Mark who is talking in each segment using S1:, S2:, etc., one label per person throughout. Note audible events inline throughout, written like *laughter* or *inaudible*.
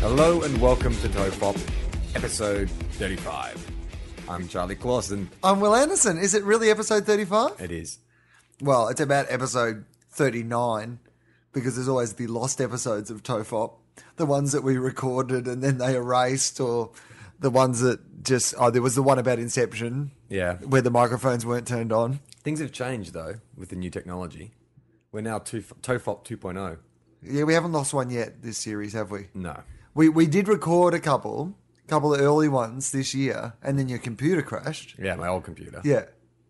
S1: Hello and welcome to Tofop, episode 35. I'm Charlie Clausen.
S2: I'm Will Anderson. Is it really episode 35?
S1: It is.
S2: Well, it's about episode 39 because there's always the lost episodes of Tofop, the ones that we recorded and then they erased, or the ones that just. Oh, there was the one about Inception
S1: Yeah.
S2: where the microphones weren't turned on.
S1: Things have changed though with the new technology. We're now Tof- Tofop 2.0.
S2: Yeah, we haven't lost one yet this series, have we?
S1: oh. No.
S2: We we did record a couple, couple of early ones this year, and then your computer crashed.
S1: Yeah, my old computer.
S2: Yeah,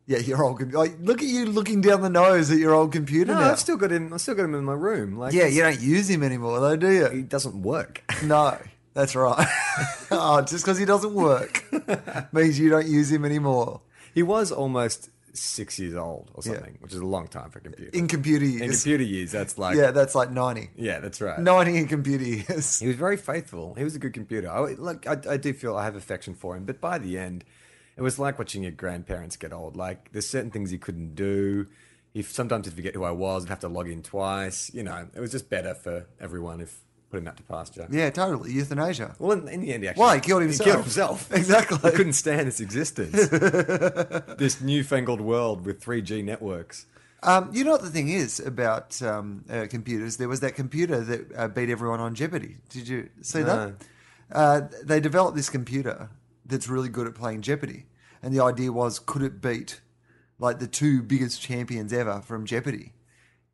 S2: yeah, your old computer. Like, look at you looking down the nose at your old computer
S1: No,
S2: now.
S1: I've still got him. I still got him in my room. Like,
S2: yeah, you don't use him anymore though, do you?
S1: he doesn't
S2: *laughs*
S1: work.
S2: No, that's right. *laughs* oh, just because he
S1: *laughs*
S2: doesn't work means you don't use him anymore
S1: he was almost six years old or
S2: Yeah.
S1: something, which is a long time for a computer.
S2: in computer
S1: in
S2: years.
S1: computer years, that's like
S2: yeah, that's like ninety.
S1: yeah, that's right.
S2: Ninety in computer years.
S1: He was very faithful. He was a good computer. I, like I, I do feel I have affection for him, but by the end, it was like watching your grandparents get old. Like there's certain things he couldn't do. If sometimes he'd forget who I was, I'd have to log in twice. You know, it was just better for everyone if put him out to pasture.
S2: Yeah, totally euthanasia.
S1: Well, in, in the end, he actually,
S2: Why he killed
S1: He
S2: himself?
S1: killed himself.
S2: *laughs* Exactly.
S1: I couldn't stand its
S2: *laughs*
S1: existence. this newfangled world with 3G networks.
S2: Um, you know what the thing is about um, uh, computers? There was that computer that uh, beat everyone on Jeopardy. Did you see
S1: No.
S2: that? Uh, they developed this computer that's really good at playing Jeopardy, and the idea was could it beat like the two biggest champions ever from Jeopardy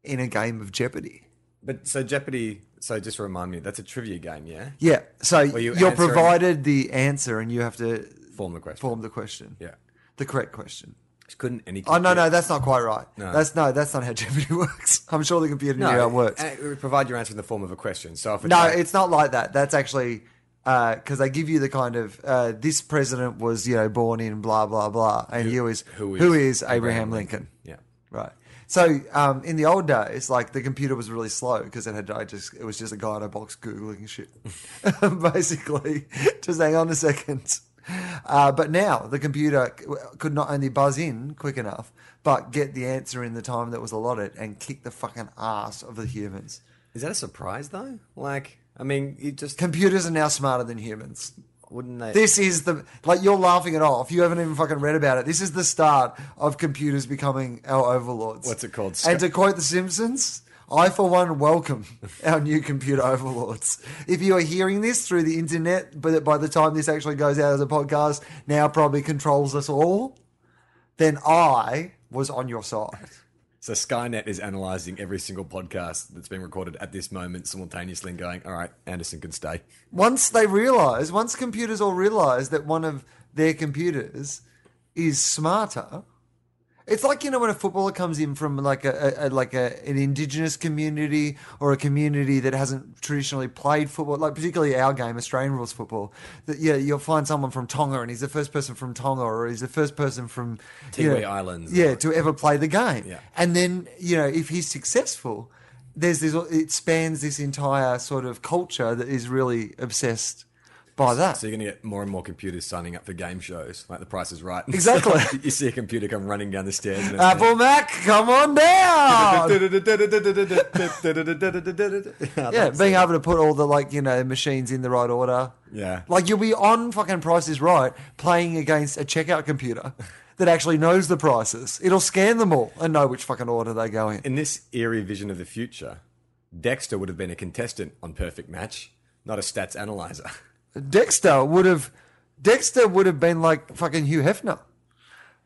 S2: in a game of Jeopardy?
S1: But so Jeopardy. So just remind me, that's a trivia game, yeah?
S2: Yeah. So
S1: you
S2: you are
S1: answering-
S2: provided the answer, and you have to
S1: Form the question.
S2: form the question.
S1: Yeah.
S2: The correct question.
S1: Couldn't any?
S2: Oh no,
S1: computer-
S2: no, that's not quite right.
S1: No.
S2: That's no, that's not how *laughs* Jeopardy works. I'm sure the computer knew how it works.
S1: uh, we provide your answer in the form of a question. So if it's
S2: No,
S1: like-
S2: it's not like that. That's actually because they give you the kind of uh, this president was you know born in blah blah blah, and who is who is, Abraham, Lincoln.
S1: yeah,
S2: right? So um, in the old days, like the computer was really slow because it had I just it was just a guy in a box googling *laughs* shit, basically. Just hang on a second. Uh, but now the computer c- could not only buzz in quick enough, but get the answer in the time that was allotted and kick the fucking ass of the humans.
S1: is that a surprise though? Like, I mean, you just
S2: Computers are now smarter than humans.
S1: wouldn't they?
S2: This is the like you're laughing it off. You haven't even fucking read about it. This is the start of computers becoming our overlords.
S1: What's it called?
S2: And to quote The Simpsons, I for one welcome *laughs* our new computer overlords. If you are hearing this through the internet, but by the time this actually goes out as a podcast, now probably controls us all, then I was on your side.
S1: so Skynet is analyzing every single podcast that's been recorded at this moment simultaneously, and going, "All right, Anderson can stay."
S2: once they realize, once computers all realize that one of their computers is smarter, it's like you know when a footballer comes in from like a, a, a like a an indigenous community or a community that hasn't traditionally played football, like particularly our game, Australian rules football. That yeah, you'll find someone from Tonga and he's the first person from Tonga or he's the first person from you
S1: Tiwi
S2: know,
S1: Islands.
S2: yeah, to ever play the game.
S1: Yeah.
S2: And then, you know, if he's successful, there's this, it spans this entire sort of culture that is really obsessed by that.
S1: So you're going to get more and more computers signing up for game shows, like The Price is Right.
S2: Exactly.
S1: *laughs*
S2: Uh,
S1: you see a computer come running down the stairs. And it's
S2: Apple Mac, come on down.
S1: *laughs*
S2: *laughs* yeah, being able to put all the like you know machines in the right order.
S1: Yeah.
S2: like you'll be on fucking prices right, playing against a checkout computer *laughs* that actually knows the prices. It'll scan them all and know which fucking order they go in.
S1: In this eerie vision of the future, Dexter would have been a contestant on Perfect Match, not a stats analyzer.
S2: Dexter would have Dexter would have been like fucking Hugh Hefner.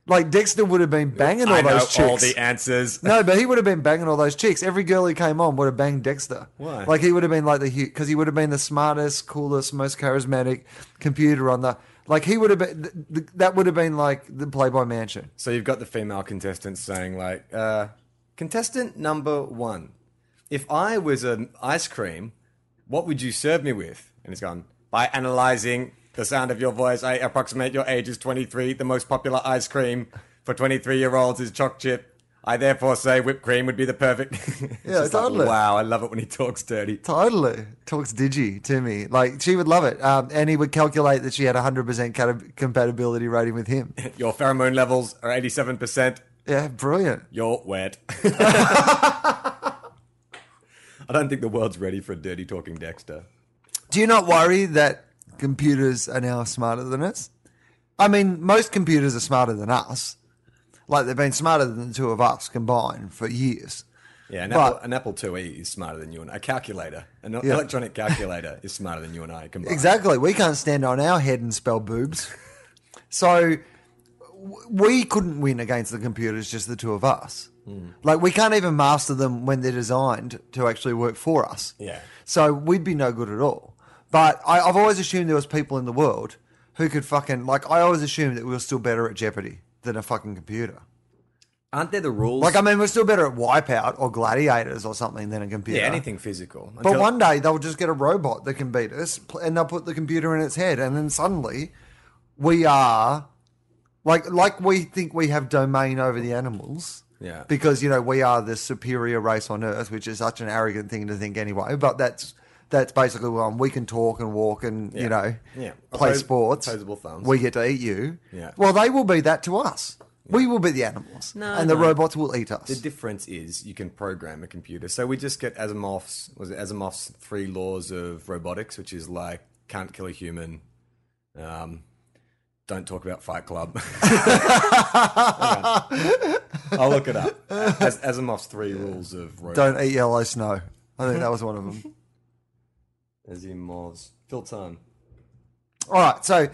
S2: Like Dexter would have been banging all
S1: I know
S2: those chicks.
S1: all the answers.
S2: no, but he would have been banging all those chicks. Every girl he came on would have banged Dexter.
S1: Why?
S2: Like he would have been like the because he would have been the smartest, coolest, most charismatic computer on the. Like he would have been th- th- that would have been like the Playboy Mansion.
S1: So you've got the female contestants saying like, uh, contestant number one, if I was an ice cream, what would you serve me with? And it's gone by analyzing the sound of your voice. I approximate your age is 23. The most popular ice cream for 23 year olds is choc chip. I therefore say whipped cream would be the perfect. *laughs* It's just like,
S2: totally.
S1: wow, I love it when he talks dirty.
S2: Totally talks digi to me. Like she would love it, um, and he would calculate that she had hundred percent compatibility rating with him.
S1: Your pheromone levels are 87%.
S2: Yeah, brilliant.
S1: You're wet. *laughs* I don't think the world's ready for a dirty talking Dexter.
S2: Do you not worry that computers are now smarter than us? I mean, most computers are smarter than us. Like they've been smarter than the two of us combined for years.
S1: Yeah, an,
S2: But-
S1: Apple, an Apple IIe is smarter than you and a calculator. An
S2: Yeah.
S1: electronic calculator is smarter than you and I combined.
S2: Exactly. We can't stand on our head and spell boobs. *laughs* So w- we couldn't win against the computers, just the two of us. Like we can't even master them when they're designed to actually work for us.
S1: Yeah.
S2: So we'd be no good at all. But I, I've always assumed there was people in the world who could fucking like. I always assumed that we were still better at Jeopardy than a fucking computer.
S1: Aren't there the rules?
S2: Like I mean, we're still better at Wipeout or Gladiators or something than a computer.
S1: yeah, anything physical.
S2: But
S1: Until-
S2: one day they'll just get a robot that can beat us, pl- and they'll put the computer in its head, and then suddenly we are like like we think we have domain over the animals.
S1: Yeah.
S2: Because you know we are the superior race on Earth, which is such an arrogant thing to think anyway. But that's that's basically one. We can talk and walk and you
S1: Yeah.
S2: know
S1: Yeah.
S2: play
S1: Oppos-
S2: sports.
S1: opposable thumbs.
S2: We get to eat you.
S1: Yeah.
S2: Well, they will be that to us. We will be the animals,
S1: No,
S2: and the
S1: no.
S2: robots will eat us.
S1: The difference is you can program a computer. So we just get Asimov's was it Asimov's three laws of robotics, which is like can't kill a human, um, don't talk about Fight Club. *laughs* Hang on. I'll look it up. As, Asimov's three rules of robotics.
S2: Don't eat yellow snow. I think that was one of them.
S1: Asimov's fill time. *laughs*
S2: All right, so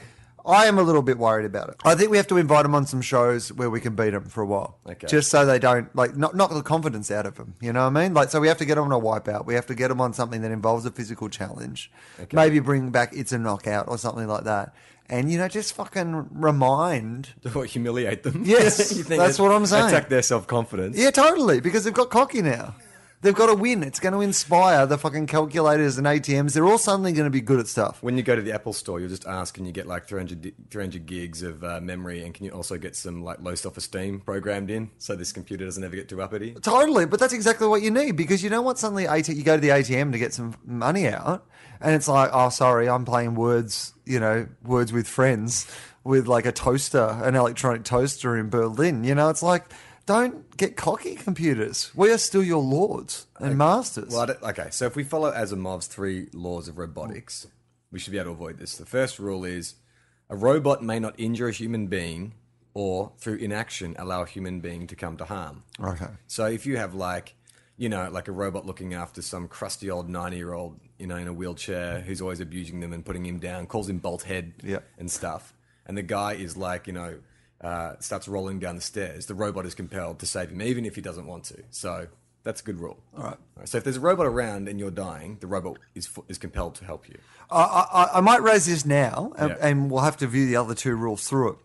S2: I am a little bit worried about it. I think we have to invite them on some shows where we can beat them for a while,
S1: Okay.
S2: just so they don't like knock, knock the confidence out of them. You know what I mean? Like, so we have to get them on a wipeout. We have to get them on something that involves a physical challenge. Maybe bring back it's a knockout or something like that, and you know, just fucking remind.
S1: What humiliate them? *laughs*
S2: Yes, that's
S1: it-
S2: what I'm saying.
S1: Attack their self confidence.
S2: Yeah, totally, because they've got cocky now. They've got to win. It's going to inspire the fucking calculators and ATMs. They're all suddenly going to be good at stuff.
S1: When you go to the Apple store, you'll just ask and you get like 300, di- 300 gigs of uh, memory and can you also get some like low self-esteem programmed in so this computer doesn't ever get too uppity?
S2: Totally, but that's exactly what you need because you don't want suddenly AT- you go to the ATM to get some money out, and it's like, oh, sorry, I'm playing words, you know, words with friends with like a toaster, an electronic toaster in Berlin. You know, it's like, don't get cocky, computers. We are still your lords and masters.
S1: Well, I don't- okay, so if we follow Asimov's three laws of robotics, we should be able to avoid this. The first rule is a robot may not injure a human being or through inaction allow a human being to come to harm.
S2: okay,
S1: So if you have like, you know, like a robot looking after some crusty old ninety-year-old, you know, in a wheelchair who's always abusing them and putting him down, calls him bolt head,
S2: Yeah.
S1: and stuff, and the guy is like, you know, uh, starts rolling down the stairs. The robot is compelled to save him, even if he doesn't want to. So that's a good rule. All right. So if there's a robot around and you're dying, the robot is f- is compelled to help you.
S2: I, I, I might raise this now, and,
S1: Yeah.
S2: and we'll have to view the other two rules through it.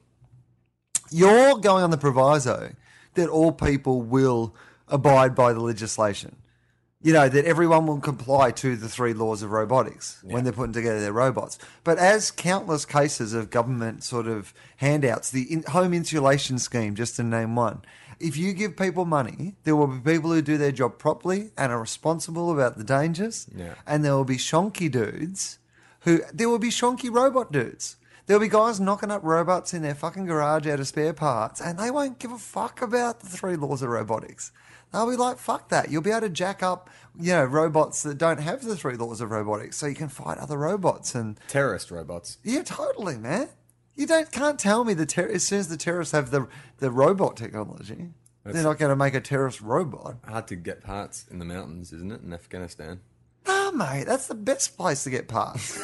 S2: You're going on the proviso that all people will abide by the legislation. You know, that everyone will comply to the three laws of robotics when they're putting together their robots. But as countless cases of government sort of handouts, the in- home insulation scheme, just to name one, if you give people money, there will be people who do their job properly and are responsible about the dangers.
S1: Yeah.
S2: And there will be shonky dudes who, there will be shonky robot dudes. There'll be guys knocking up robots in their fucking garage out of spare parts, and they won't give a fuck about the three laws of robotics. They'll be like, fuck that. You'll be able to jack up, you know, robots that don't have the three laws of robotics so you can fight other robots. And
S1: Terrorist robots.
S2: yeah, totally, man. You don't can't tell me the ter- as soon as the terrorists have the the robot technology, they're not going to make a terrorist robot.
S1: Hard to get parts in the mountains, isn't it, in Afghanistan?
S2: Nah, mate, that's the best place to
S1: *laughs*
S2: get parts.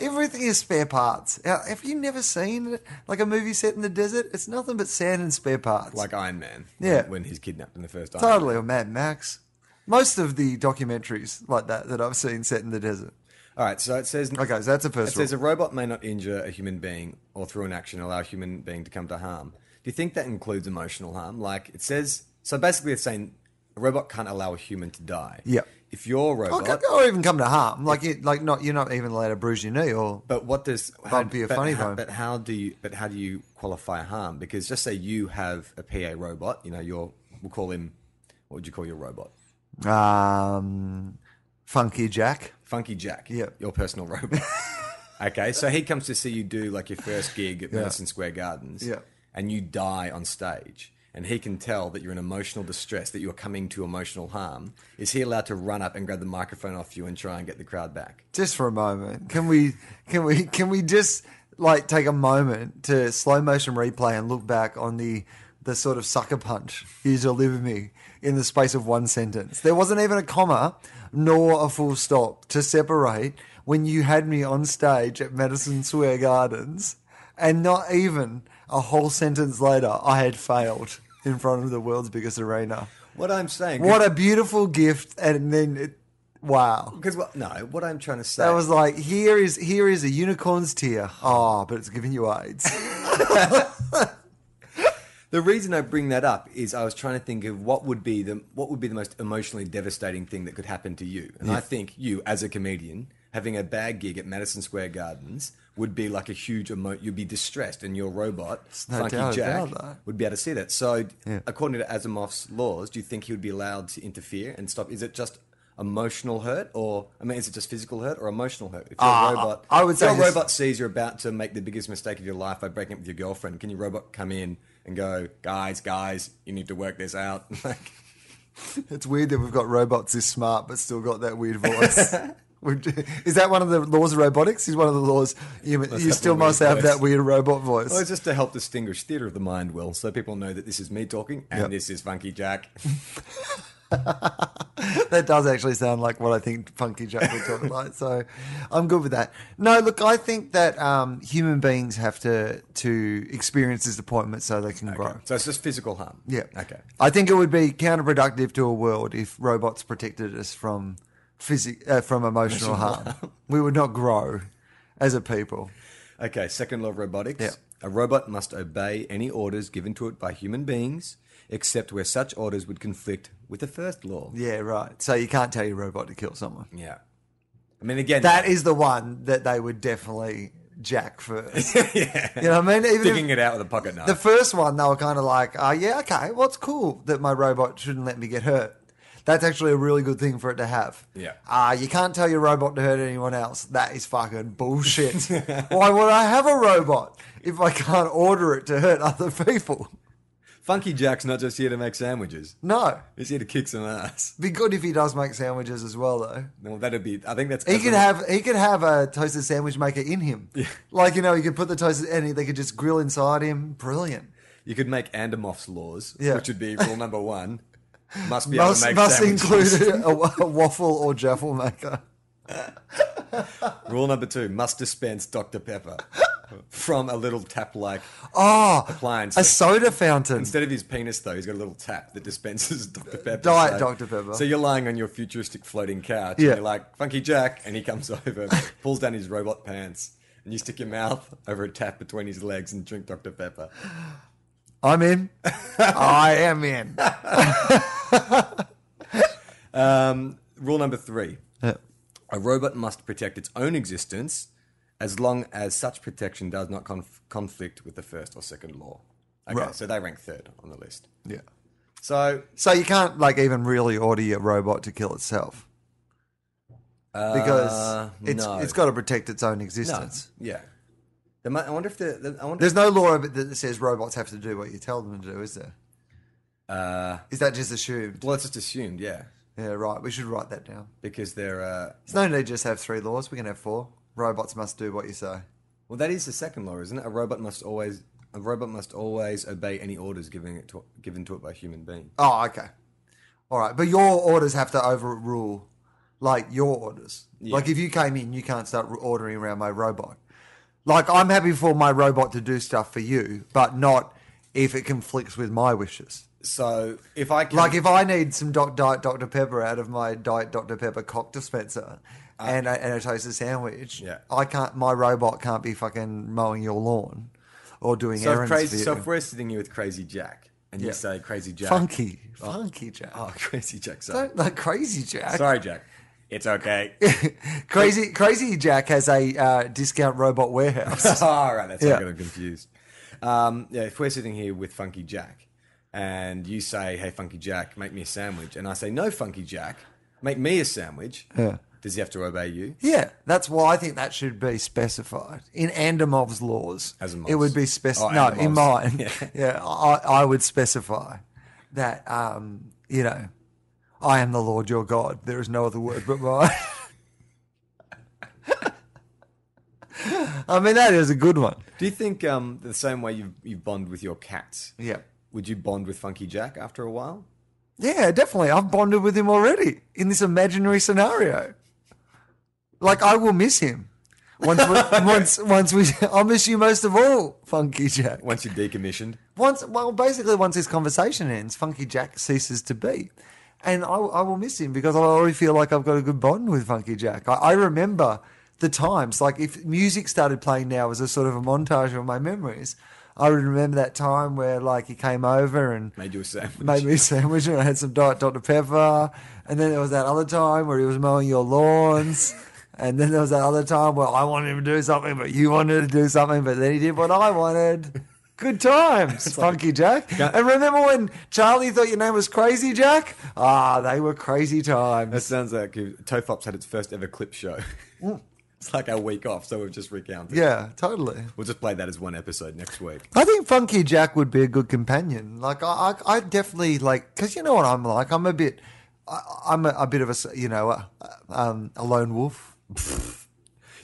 S2: Everything is spare parts. Now, Have you never seen like a movie set in the desert? It's nothing but sand and spare parts.
S1: Like Iron Man.
S2: Yeah.
S1: When, when he's kidnapped in the first Iron Man.
S2: totally, or Mad Max. Most of the documentaries like that that I've seen set in the desert.
S1: All right, so it says
S2: Okay, so that's the
S1: It
S2: first
S1: says
S2: rule.
S1: a robot may not injure a human being or through inaction allow a human being to come to harm. Do you think that includes emotional harm? Like it says, so basically it's saying a robot can't allow a human to die.
S2: Yeah. Oh,
S1: If your
S2: Or,
S1: robot,
S2: or even come to harm, like it, like not you're not even allowed to bruise your knee or
S1: but what does
S2: That'd be a
S1: but
S2: funny
S1: ho-
S2: bone.
S1: But how do you? But how do you qualify harm? Because just say you have a PA robot. You know, your we'll call him. What would you call your robot?
S2: um, funky Jack.
S1: Funky Jack.
S2: Yeah.
S1: Your personal *laughs* robot. okay, so he comes to see you do like your first gig at Madison Square Gardens.
S2: Yeah.
S1: And you die on stage. and he can tell that you're in emotional distress, that you're coming to emotional harm, is he allowed to run up and grab the microphone off you and try and get the crowd back?
S2: Just for a moment, can we? Can we? Can we just like take a moment to slow motion replay and look back on the the sort of sucker punch you delivered me in the space of one sentence? There wasn't even a comma nor a full stop to separate when you had me on stage at Madison Square Gardens, and not even a whole sentence later, I had failed in front of the world's biggest arena.
S1: What I'm saying,
S2: What a beautiful gift! And then, it, wow,
S1: because what, no, what I'm trying to say
S2: that was like here is here is a unicorn's tear. Oh, but it's giving you AIDS.
S1: The reason I bring that up is I was trying to think of what would be the what would be the most emotionally devastating thing that could happen to you. And I think you as a comedian having a bad gig at Madison Square Gardens would be like a huge emo- you'd be distressed and your robot
S2: no
S1: Funky
S2: doubt
S1: Jack
S2: about that.
S1: would be able to see that. So
S2: Yeah.
S1: according to Asimov's laws, do you think he would be allowed to interfere and stop is it just emotional hurt or I mean is it just physical hurt or emotional hurt? If your
S2: Ah,
S1: robot
S2: I would
S1: if your
S2: say this-
S1: robot sees you're about to make the biggest mistake of your life by breaking up with your girlfriend, can your robot come in and go, guys, guys, you need to work this out? *laughs* like,
S2: it's weird that we've got robots this smart but still got that weird voice. We're j- Is that one of the laws of robotics? Is one of the laws you, you
S1: have
S2: still
S1: a weird
S2: must have
S1: voice.
S2: that weird robot voice?
S1: well, it's just to help distinguish theater of the mind, Will, so people know that this is me talking and
S2: Yep.
S1: this is Funky Jack.
S2: that does actually sound like what I think Funky Jack would talk like. So I'm good with that. No, look, I think that um, human beings have to to experience disappointment so they can grow.
S1: so it's just physical harm.
S2: Yeah.
S1: Okay.
S2: I think it would be counterproductive to a world if robots protected us from physic uh, from emotional harm. *laughs* we would not grow as a people.
S1: Okay, second law of robotics.
S2: Yeah.
S1: A robot must obey any orders given to it by human beings, except where such orders would conflict with the first law.
S2: Yeah, right. So you can't tell your robot to kill someone.
S1: Yeah. I mean, again,
S2: That is the one that they would definitely jack first. You know what I mean? Even if-
S1: digging it out with a pocket knife.
S2: The first one, they were kind of like, oh, yeah, okay, well, it's cool that my robot shouldn't let me get hurt. That's actually a really good thing for it to have.
S1: Yeah.
S2: Uh, you can't tell your robot to hurt anyone else. That is fucking bullshit.
S1: *laughs*
S2: Why would I have a robot if I can't order it to hurt other people?
S1: Funky Jack's not just here to make sandwiches.
S2: No.
S1: He's here to kick some ass. *laughs*
S2: Be good if he does make sandwiches as well, though.
S1: Well, that'd be. I think that's.
S2: He could have he could have a toasted sandwich maker in him. Like you know, you could put the toasted and he- they could just grill inside him. Brilliant.
S1: You could make Andermoff's laws,
S2: Yeah.
S1: which would be rule number
S2: *laughs*
S1: one. Must be able to
S2: Must,
S1: make
S2: must
S1: sandwiches.
S2: include a, a waffle or jaffle maker.
S1: *laughs* Rule number two: must dispense Dr
S2: *laughs*
S1: Pepper from a little tap-like
S2: Oh,
S1: appliance.
S2: a soda fountain.
S1: Instead of his penis, though, he's got a little tap that dispenses *laughs* Dr Pepper.
S2: Diet Dr. Pepper.
S1: So you're lying on your futuristic floating couch,
S2: Yeah.
S1: and you're like Funky Jack, and he comes *laughs* over, pulls down his robot pants, and you stick your mouth *laughs* over a tap between his legs and drink Dr Pepper.
S2: I'm in. *laughs* I am in.
S1: Um, rule number three. A robot must protect its own existence as long as such protection does not conf- conflict with the first or second law. Okay,
S2: Right.
S1: so they rank third on the list.
S2: Yeah.
S1: So,
S2: So you can't like even really order your robot to kill itself because
S1: uh,
S2: it's
S1: no.
S2: it's got to protect its own
S1: no,
S2: existence.
S1: yeah. There mu- I wonder if the, the I wonder.
S2: There's no law of it that says robots have to do what you tell them to do, is there? Uh, is that just assumed?
S1: well, it's just assumed, yeah,
S2: Yeah, right. We should write that down.
S1: because they're. Uh,
S2: There's no need to just have three laws. We can have four. Robots must do what you say.
S1: well, that is the second law, isn't it? A robot must always a robot must always obey any orders given it to, given to it by a human being.
S2: Oh, okay. All right. But your orders have to overrule, like, your orders. Like, if you came in, you can't start ordering around my robot. Like, I'm happy for my robot to do stuff for you, but not if it conflicts with my wishes.
S1: So if I can,
S2: Like, if I need some doc- Diet Dr. Pepper out of my Diet Dr. Pepper cock dispenser and, a, and a toasted sandwich,
S1: Uh. Yeah.
S2: I can't, my robot can't be fucking mowing your lawn or doing
S1: so if
S2: errands
S1: crazy,
S2: for
S1: so
S2: you.
S1: if we're sitting here with Crazy Jack, and you
S2: Yeah.
S1: say Crazy Jack,
S2: funky, funky Jack.
S1: Oh, *laughs* crazy Jack. Sorry,
S2: Don't like crazy Jack.
S1: sorry Jack. It's okay.
S2: *laughs*
S1: *laughs*
S2: Crazy, Crazy Jack has a uh, discount robot warehouse. *laughs*
S1: All right, that's how
S2: Yeah.
S1: I got him confused. Um, yeah, if we're sitting here with Funky Jack and you say, hey, Funky Jack, make me a sandwich, and I say, no, Funky Jack, make me a sandwich.
S2: Yeah.
S1: Does he have to obey you?
S2: Yeah, that's why I think that should be specified in Andomov's laws.
S1: As in
S2: it would
S1: Mov's.
S2: be specified.
S1: Oh,
S2: no, in
S1: Andomov's.
S2: mine. *laughs* Yeah,
S1: Yeah.
S2: I, I would specify that. Um, you know, I am the Lord your God. There is no other word but mine. *laughs* I mean, that is a good one.
S1: Do you think um, the same way you you bond with your cats?
S2: Yeah,
S1: Would you bond with Funky Jack after a while?
S2: yeah, definitely. I've bonded with him already in this imaginary scenario. Like I will miss him. Once, we, once, once we, I'll miss you most of all, Funky Jack.
S1: Once you're decommissioned,
S2: once well basically once this conversation ends funky jack ceases to be and I, I will miss him because i already feel like i've got a good bond with funky jack I, I remember the times like if music started playing now as a sort of a montage of my memories i would remember that time where like he came over and
S1: made you a sandwich.
S2: made me a sandwich and I had some Diet Dr. Pepper. And then there was that other time where he was mowing your lawns. And then there was that other time where I wanted him to do something, but you wanted to do something, but then he did what I wanted. Good times, Funky Jack. And remember when Charlie thought your name was Crazy Jack? Ah, they were crazy times.
S1: That sounds like Tofops had its first ever clip show. *laughs* it's like our week off, so we've just recounted.
S2: Mm. Yeah, totally.
S1: We'll just play that as one episode next week.
S2: I think Funky Jack would be a good companion. Like I, I, I definitely like because you know what I'm like. I'm a bit, I, I'm a, a bit of a s- you know a, um, a lone wolf.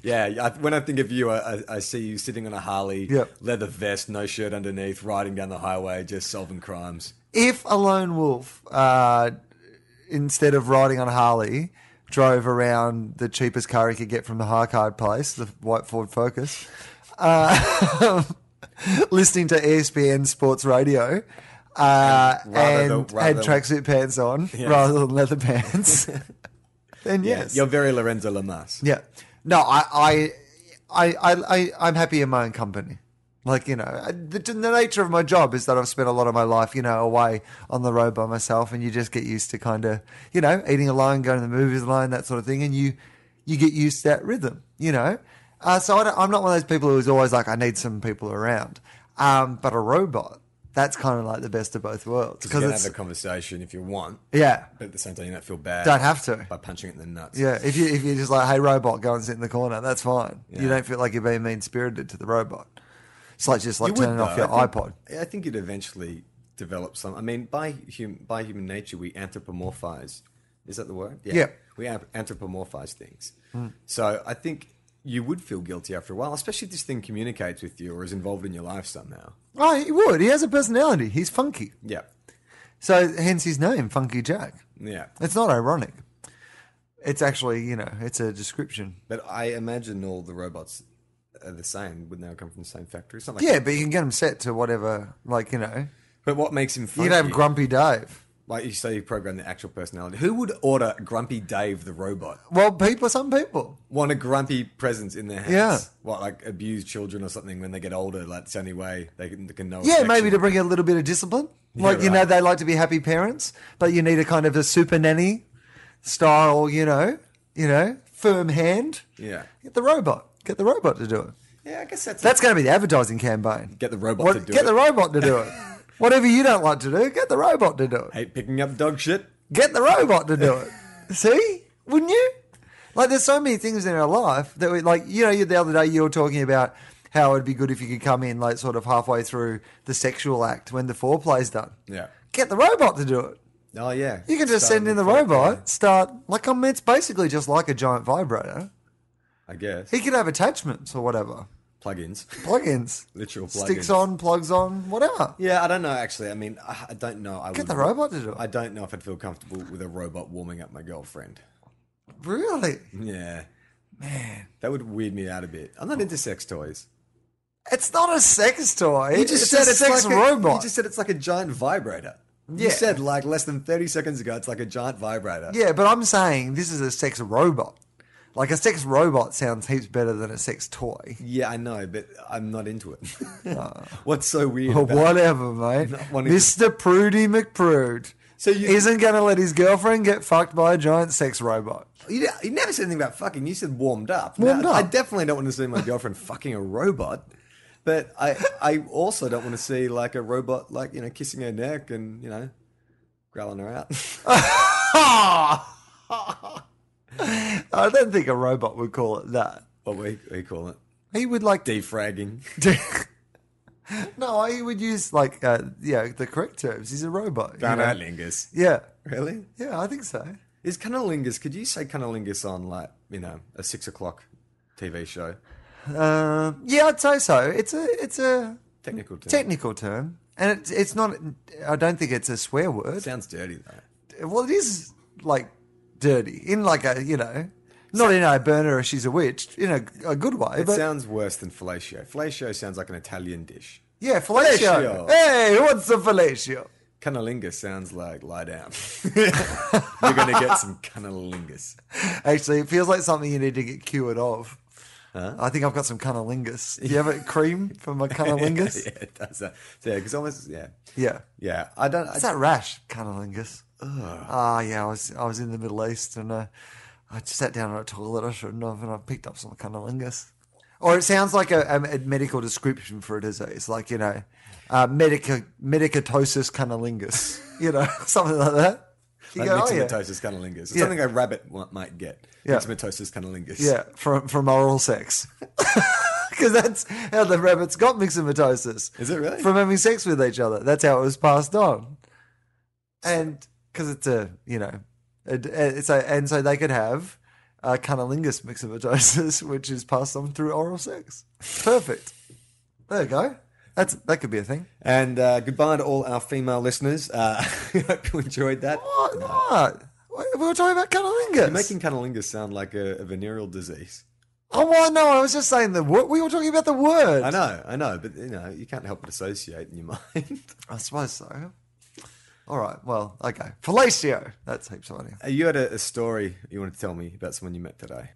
S1: Yeah, I, when I think of you, I, I- I see you sitting on a Harley,
S2: Yep.
S1: leather vest, no shirt underneath, riding down the highway, just solving crimes.
S2: If a lone wolf, uh, instead of riding on a Harley, drove around the cheapest car he could get from the high card place, the white Ford Focus, uh, *laughs* listening to E ESPN sports radio. Uh,
S1: And rather
S2: and
S1: than-
S2: had
S1: rather than-
S2: tracksuit pants on rather than
S1: *laughs*
S2: leather pants. then
S1: Yeah,
S2: yes,
S1: You're very Lorenzo Lamas.
S2: Yeah. No, I, I, I, I, I I'm happy in my own company. Like you know, I- the, the nature of my job is that I've spent a lot of my life, you know, away on the road by myself, and you just get used to kind of, you know, eating alone, going to the movies alone, that sort of thing, and you, you get used to that rhythm, you know. Uh, so I don't, I'm not one of those people who's always like, I need some people around. Um, but a robot, that's kind of like the best of both worlds
S1: You
S2: because
S1: can
S2: it's
S1: have a conversation if you want,
S2: yeah,
S1: but at the same time, you don't feel bad.
S2: Don't have to.
S1: By punching it in the nuts.
S2: Yeah, if you if you're just like, hey robot, go and sit in the corner, that's fine. You
S1: Yeah.
S2: don't feel like you're being mean spirited to the robot. It's like just like
S1: You would,
S2: turning off
S1: though.
S2: your
S1: I
S2: iPod.
S1: think, I think it eventually develops some. I mean, by hum, by human nature, we anthropomorphize. Is that the word?
S2: Yeah. Hmm.
S1: We an- anthropomorphize things. So I think you would feel guilty after a while, especially if this thing communicates with you or is involved in your life somehow.
S2: Oh, he would. He has a personality. He's funky.
S1: Yeah.
S2: So hence his name, Funky Jack.
S1: Yeah.
S2: It's not ironic. It's actually, you know, it's a description.
S1: But I imagine all the robots are the same. Wouldn't they all come from the same factory? It's not like
S2: Yeah, but you can get him set to whatever, like, you know,
S1: But what makes him
S2: you
S1: funky?
S2: can have Grumpy Dave.
S1: like you say, you program the actual personality. Who would order Grumpy Dave the robot?
S2: Well, people, some people.
S1: want a grumpy presence in their house.
S2: Yeah.
S1: What, like abuse children or something when they get older? Like, it's the only way they can, they can know.
S2: Yeah,
S1: affection.
S2: maybe to bring a little bit of discipline. Like you
S1: right.
S2: know, they like to be happy parents, but you need a kind of a super nanny style, you know, you know, firm hand.
S1: Yeah.
S2: Get the robot. Get the robot to do it.
S1: Yeah, I guess that's.
S2: That's going to be the advertising campaign.
S1: Get the robot
S2: What-
S1: to do
S2: get
S1: it.
S2: the robot to
S1: *laughs*
S2: do it. Whatever you don't like to do, get the robot to do it.
S1: Hate picking up dog shit.
S2: Get the robot to do it. See? Wouldn't you? Like, there's so many things in our life that we, like, you know, you- the other day you were talking about how it'd be good if you could come in, like, sort of halfway through the sexual act when the foreplay's done.
S1: Yeah.
S2: Get the robot to do it.
S1: Oh, yeah.
S2: You can just
S1: Start
S2: send in the
S1: front
S2: robot,
S1: door,
S2: start, like, I mean, it's basically just like a giant vibrator.
S1: I guess.
S2: He could have attachments or whatever,
S1: Plugins. *laughs*
S2: plugins,
S1: Literal plugins.
S2: sticks on, plugs on, whatever.
S1: Yeah, I don't know, actually. I mean, I, I don't know. I
S2: Get
S1: would-
S2: the robot to do
S1: I
S2: it.
S1: don't know if I'd feel comfortable with a robot warming up my girlfriend.
S2: Really?
S1: Yeah. Man. That would weird me out a bit. I'm not into sex toys.
S2: It's not a sex toy.
S1: You just
S2: it's
S1: said
S2: a
S1: it's
S2: sex
S1: like
S2: robot.
S1: A, you just said it's like a giant vibrator. You
S2: Yeah.
S1: said like less than thirty seconds ago, it's like a giant vibrator.
S2: Yeah, but I'm saying this is a sex robot. Like a sex robot sounds heaps better than a sex toy.
S1: Yeah, I know, but I'm not into it. *laughs* What's so weird?
S2: But
S1: about-
S2: *laughs* whatever, mate.
S1: Not wanting to-
S2: Mr. Prudy McPrude
S1: So you-
S2: isn't going to let his girlfriend get fucked by a giant sex *laughs* robot.
S1: You, you never said anything about fucking. You said warmed up.
S2: Warmed
S1: Now, I
S2: up.
S1: definitely don't want to see my girlfriend fucking a robot, but I I also don't want to see like a robot like you know kissing her neck and you know growling her out.
S2: Ah! I don't think a robot would call it that.
S1: *laughs* What we, we call it?
S2: He would like
S1: Defragging.
S2: *laughs* no, he would use like uh, yeah the correct terms. He's a robot. you know?
S1: Cunnilingus.
S2: Yeah,
S1: Really?
S2: yeah, I think so.
S1: Is cunnilingus, could you say cunnilingus on like, you know, a six o'clock TV show?
S2: Um, yeah, I'd say so. It's a it's a
S1: Technical term.
S2: technical term, and it's it's not. I don't think it's a swear word.
S1: Sounds dirty though.
S2: Well, it is like dirty in like a you know, not in a burner or she's a witch in a, a good way,
S1: It
S2: but
S1: sounds worse than fellatio. Fellatio sounds like an Italian dish.
S2: yeah,
S1: Fellatio.
S2: fellatio. Hey, what's a fellatio?
S1: Cunnilingus sounds like lie down. *laughs* You're going to get some
S2: *laughs*
S1: cunnilingus. *laughs*
S2: Actually, it feels like something you need to get cured of.
S1: Huh?
S2: I think I've got some cunnilingus. Do you have a cream for my cunnilingus?
S1: yeah, it does. that. So, yeah, because almost, *laughs* yeah.
S2: yeah.
S1: Yeah, I don't. I,
S2: It's that rash, cunnilingus. Ah, yeah, I was I was in the Middle East and uh, I just sat down on a toilet I shouldn't have, and I picked up some cunnilingus. Or it sounds like a, a, a medical description for a disease, like you know, uh, medica, medicatosis cunnilingus, *laughs* you know, something like that. You
S1: like
S2: go, oh, yeah.
S1: myxomatosis cunnilingus. It's something a rabbit wa- might get.
S2: Yeah.
S1: Myxomatosis cunnilingus.
S2: Yeah, from from oral sex. *laughs* Because that's how the rabbits got myxomatosis.
S1: Is it really?
S2: From having sex with each other. That's how it was passed on. And because it's a, you know, it, it's a, and so they could have uh, cunnilingus myxomatosis, *laughs* which is passed on through oral sex. Perfect. There you go. That's That could be a thing.
S1: And uh, goodbye to all our female listeners. Uh, *laughs* I hope you enjoyed that.
S2: What? What? We were talking about cunnilingus.
S1: You're making cunnilingus sound like a, a venereal disease.
S2: oh, well, no, I was just saying the word. We were talking about the word.
S1: I know, I know, but you know, you can't help but associate in your *laughs* mind.
S2: I suppose so. All right. Well, okay. Felatio. That's heaps of money.
S1: Uh, you had a, a story you wanted to tell me about someone you met today.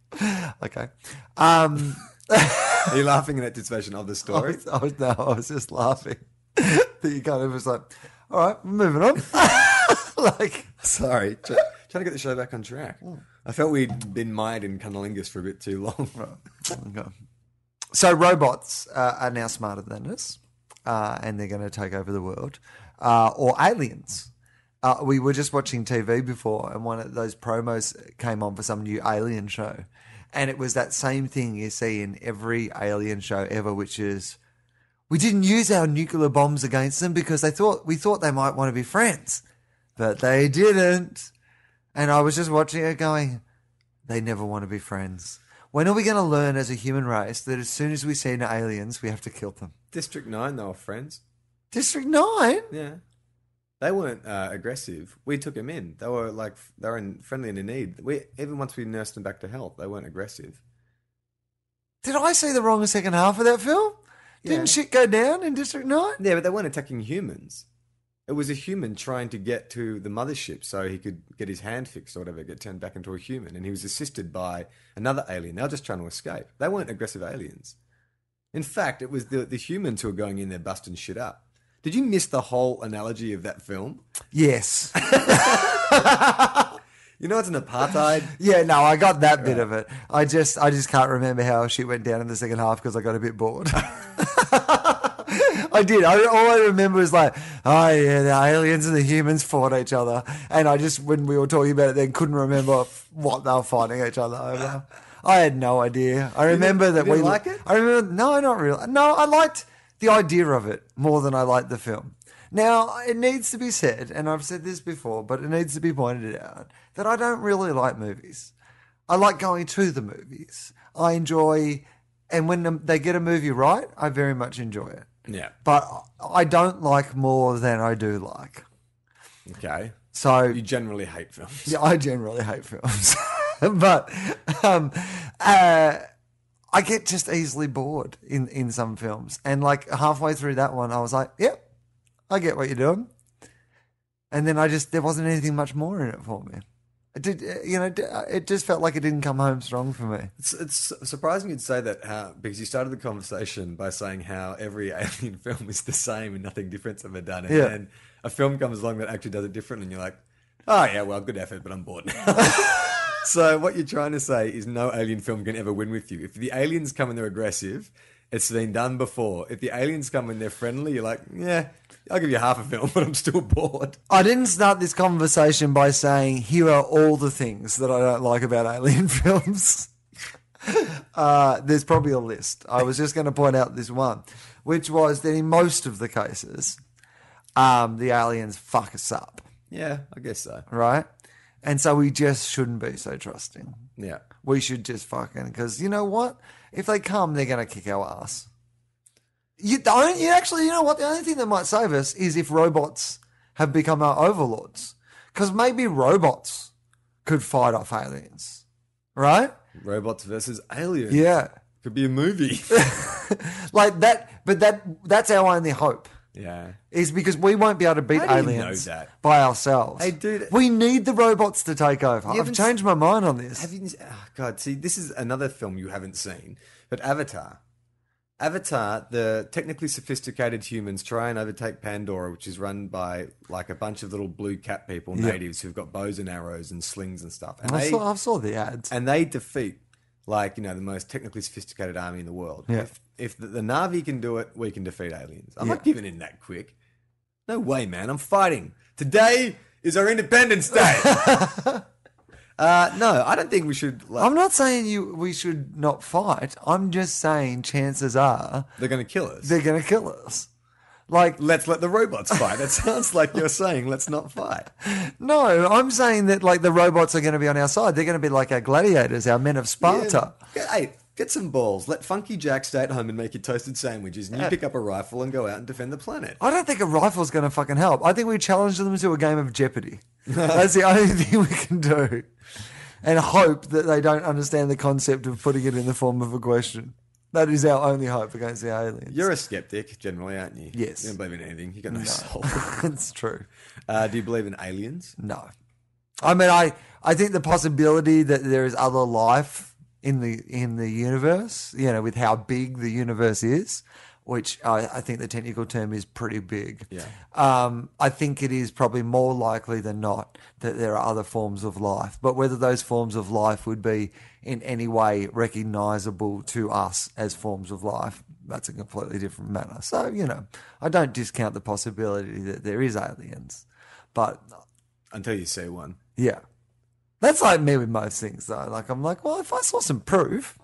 S2: Okay. Um,
S1: Are you laughing in anticipation of the
S2: I
S1: story?
S2: was, I was, no, I was just laughing. *laughs* that you kind of was like, all right, moving on. *laughs* like,
S1: *laughs* Sorry, try, trying to get the show back on track. I felt we'd been mired in cunnilingus for a bit too long. *laughs*
S2: okay. so robots uh, are now smarter than us, uh, and they're going to take over the world, uh, or aliens. Uh, we were just watching TV before, and one of those promos came on for some new alien show, and it was that same thing you see in every alien show ever, which is we didn't use our nuclear bombs against them because they thought we thought they might want to be friends, but they didn't. And I was just watching it, going, they never want to be friends. When are we going to learn as a human race that as soon as we see the aliens, we have to kill them?
S1: District Nine, they were friends.
S2: District 9?
S1: Yeah. They weren't uh, aggressive. We took them in. They were like they were in, friendly and in need. We even once we nursed them back to health, they weren't aggressive.
S2: Did I see the wrong second half of that film?
S1: Yeah.
S2: Didn't shit go down in District 9?
S1: Yeah, but they weren't attacking humans. It was a human trying to get to the mothership so he could get his hand fixed or whatever, get turned back into a human, and he was assisted by another alien. They were just trying to escape. They weren't aggressive aliens. In fact, it was the, the humans who were going in there busting shit up. Did you miss the whole analogy of that film?
S2: Yes.
S1: You know, it's an apartheid.
S2: *laughs* Yeah, no, I got that bit of it. I just I just can't remember how shit went down in the second half because I got a bit bored. *laughs* I did. I, all I remember is like, oh yeah, the aliens and the humans fought each other, and I just when we were talking about it, then couldn't remember f- what they were fighting each other over. I had no idea. I remember that
S1: you didn't
S2: we
S1: like it?
S2: I remember no, not really. No, I liked the idea of it more than I liked the film. Now it needs to be said, and I've said this before, but it needs to be pointed out that I don't really like movies. I like going to the movies. I enjoy, and when they get a movie right, I very much enjoy it.
S1: Yeah.
S2: But I don't like more than I do like.
S1: Okay.
S2: So
S1: You generally hate films.
S2: yeah, I generally hate films, *laughs* but um, uh, I get just easily bored in in some films. And like halfway through that one, I was like, "Yep, I get what you're doing." And then I just there wasn't anything much more in it for me. It did you know? It just felt like it didn't come home strong for me.
S1: It's, it's surprising you'd say that how, because you started the conversation by saying how every *laughs* alien film is the same and nothing different's ever done. And
S2: Yeah.
S1: then a film comes along that actually does it different, and you're like, oh, yeah, well, good effort, but I'm bored now. *laughs* so, what you're trying to say is no alien film can ever win with you. If the aliens come and they're aggressive It's been done before. If the aliens come and they're friendly, you're like, yeah, I'll give you half a film, *laughs* but I'm still bored.
S2: I didn't start this conversation by saying here are all the things that I don't like about alien *laughs* films. Uh, there's probably a list. I was just going to point out this one, which was that in most of the cases, um, the aliens fuck us up,
S1: Yeah, I guess so.
S2: right? And so we just shouldn't be so trusting.
S1: Yeah.
S2: We should just fucking because you know what? If they come, they're going to kick our ass. You don't. You actually, you know what? The only thing that might save us is if robots have become our overlords, because maybe robots could fight off aliens, right?
S1: Robots versus aliens.
S2: Yeah,
S1: Could be a *laughs* movie.
S2: like that. But that that's our only hope
S1: yeah.
S2: is because we won't be able to beat
S1: How do you know
S2: aliens
S1: that?
S2: by ourselves.
S1: Hey, dude.
S2: we need the robots to take over. I've
S1: haven't s-
S2: changed my mind on this.
S1: Have you? Oh God, see, this is another film you haven't seen, but Avatar. Avatar, the technically sophisticated humans try and overtake Pandora, which is run by like a bunch of little blue cat people, natives who've got bows and arrows and slings and stuff, and
S2: I
S1: they
S2: saw, I saw the ads.
S1: and they defeat like you know the most technically sophisticated army in the world.
S2: Yeah.
S1: If, if the, the Navi can do it, we can defeat aliens. I'm
S2: Yeah.
S1: not giving in that quick. No way, man. I'm fighting. Today is our Independence
S2: *laughs*
S1: Day. uh, no, I don't think we should. Like,
S2: I'm not saying you we should not fight. I'm just saying chances are
S1: They're going to kill us.
S2: they're going to kill us. Like
S1: let's let the robots fight. That *laughs* sounds like you're saying let's not fight.
S2: no, I'm saying that like the robots are going to be on our side. They're going to be like our gladiators, our men of Sparta.
S1: Yeah. Hey, get some balls. Let Funky Jack stay at home and make your toasted sandwiches, and you pick up a rifle and go out and defend the planet.
S2: I don't think a rifle's going to fucking help. I think we challenge them to a game of Jeopardy. That's the only thing we can do. And hope that they don't understand the concept of putting it in the form of a question. That is our only hope against the aliens.
S1: You're a skeptic, generally, aren't you?
S2: Yes.
S1: You don't believe in anything. You got no, soul.
S2: *laughs* it's true.
S1: Uh, do you believe in aliens?
S2: No. I mean I I think the possibility that there is other life in the in the universe, you know, with how big the universe is, which I, I think the technical term is pretty big.
S1: Yeah.
S2: Um, I think it is probably more likely than not that there are other forms of life. But whether those forms of life would be in any way recognizable to us as forms of life, that's a completely different matter. So, you know, I don't discount the possibility that there is aliens. But
S1: Until you see one.
S2: yeah. That's like me with most things though. Like I'm like, well, if I saw some proof,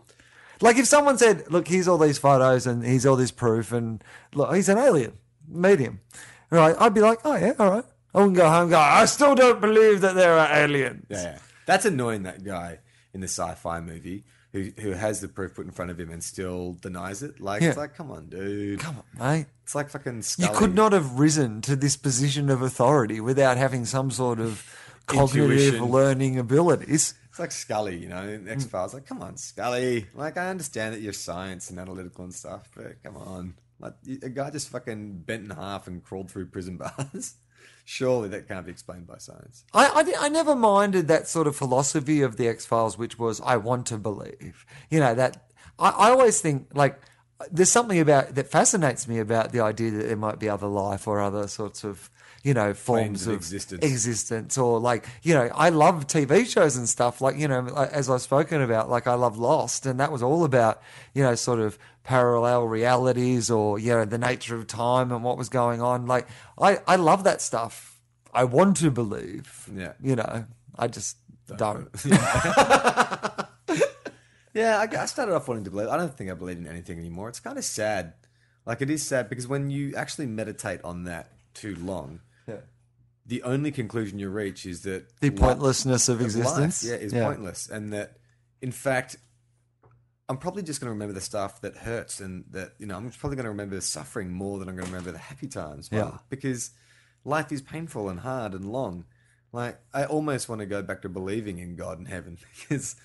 S2: like if someone said, look, here's all these photos and here's all this proof and look, he's an alien, medium, right? I'd be like, oh yeah, all right. I wouldn't go home and go, I still don't believe that there are aliens.
S1: Yeah, yeah. That's annoying, that guy in the sci fi movie who, who has the proof put in front of him and still denies it. Like, it's
S2: Yeah.
S1: like, come on, dude.
S2: Come on, mate.
S1: It's like fucking
S2: You
S1: Scully.
S2: could not have risen to this position of authority without having some sort of cognitive
S1: Intuition.
S2: learning abilities.
S1: It's like Scully, you know, in
S2: Mm.
S1: X Files. Like, come on, Scully. Like, I understand that you're science and analytical and stuff, but come on. Like, you- a guy just fucking bent in half and crawled through prison bars. *laughs* Surely that can't be explained by science.
S2: I, I, di- I never minded that sort of philosophy of the X Files, which was I want to believe. You know that I, I always think like there's something about that fascinates me about the idea that there might be other life or other sorts of you know forms
S1: Planes of
S2: of
S1: existence.
S2: existence or like you know I love TV shows and stuff like you know like, as I've spoken about like I love Lost and that was all about you know sort of parallel realities or you know the nature of time and what was going on like I I love that stuff I want to believe
S1: Yeah.
S2: you know I just don't
S1: *laughs* Yeah, I, I started off wanting to believe. I don't think I believe in anything anymore. It's kind of sad. Like it is sad because when you actually meditate on that too long, the only conclusion you reach is that
S2: the
S1: li-
S2: pointlessness of
S1: life,
S2: existence
S1: yeah, is pointless, and that in fact, I'm probably just going to remember the stuff that hurts, and that you know, I'm probably going to remember the suffering more than I'm going to remember the happy times.
S2: Yeah.
S1: because life is painful and hard and long. Like I almost want to go back to believing in God and heaven *laughs* because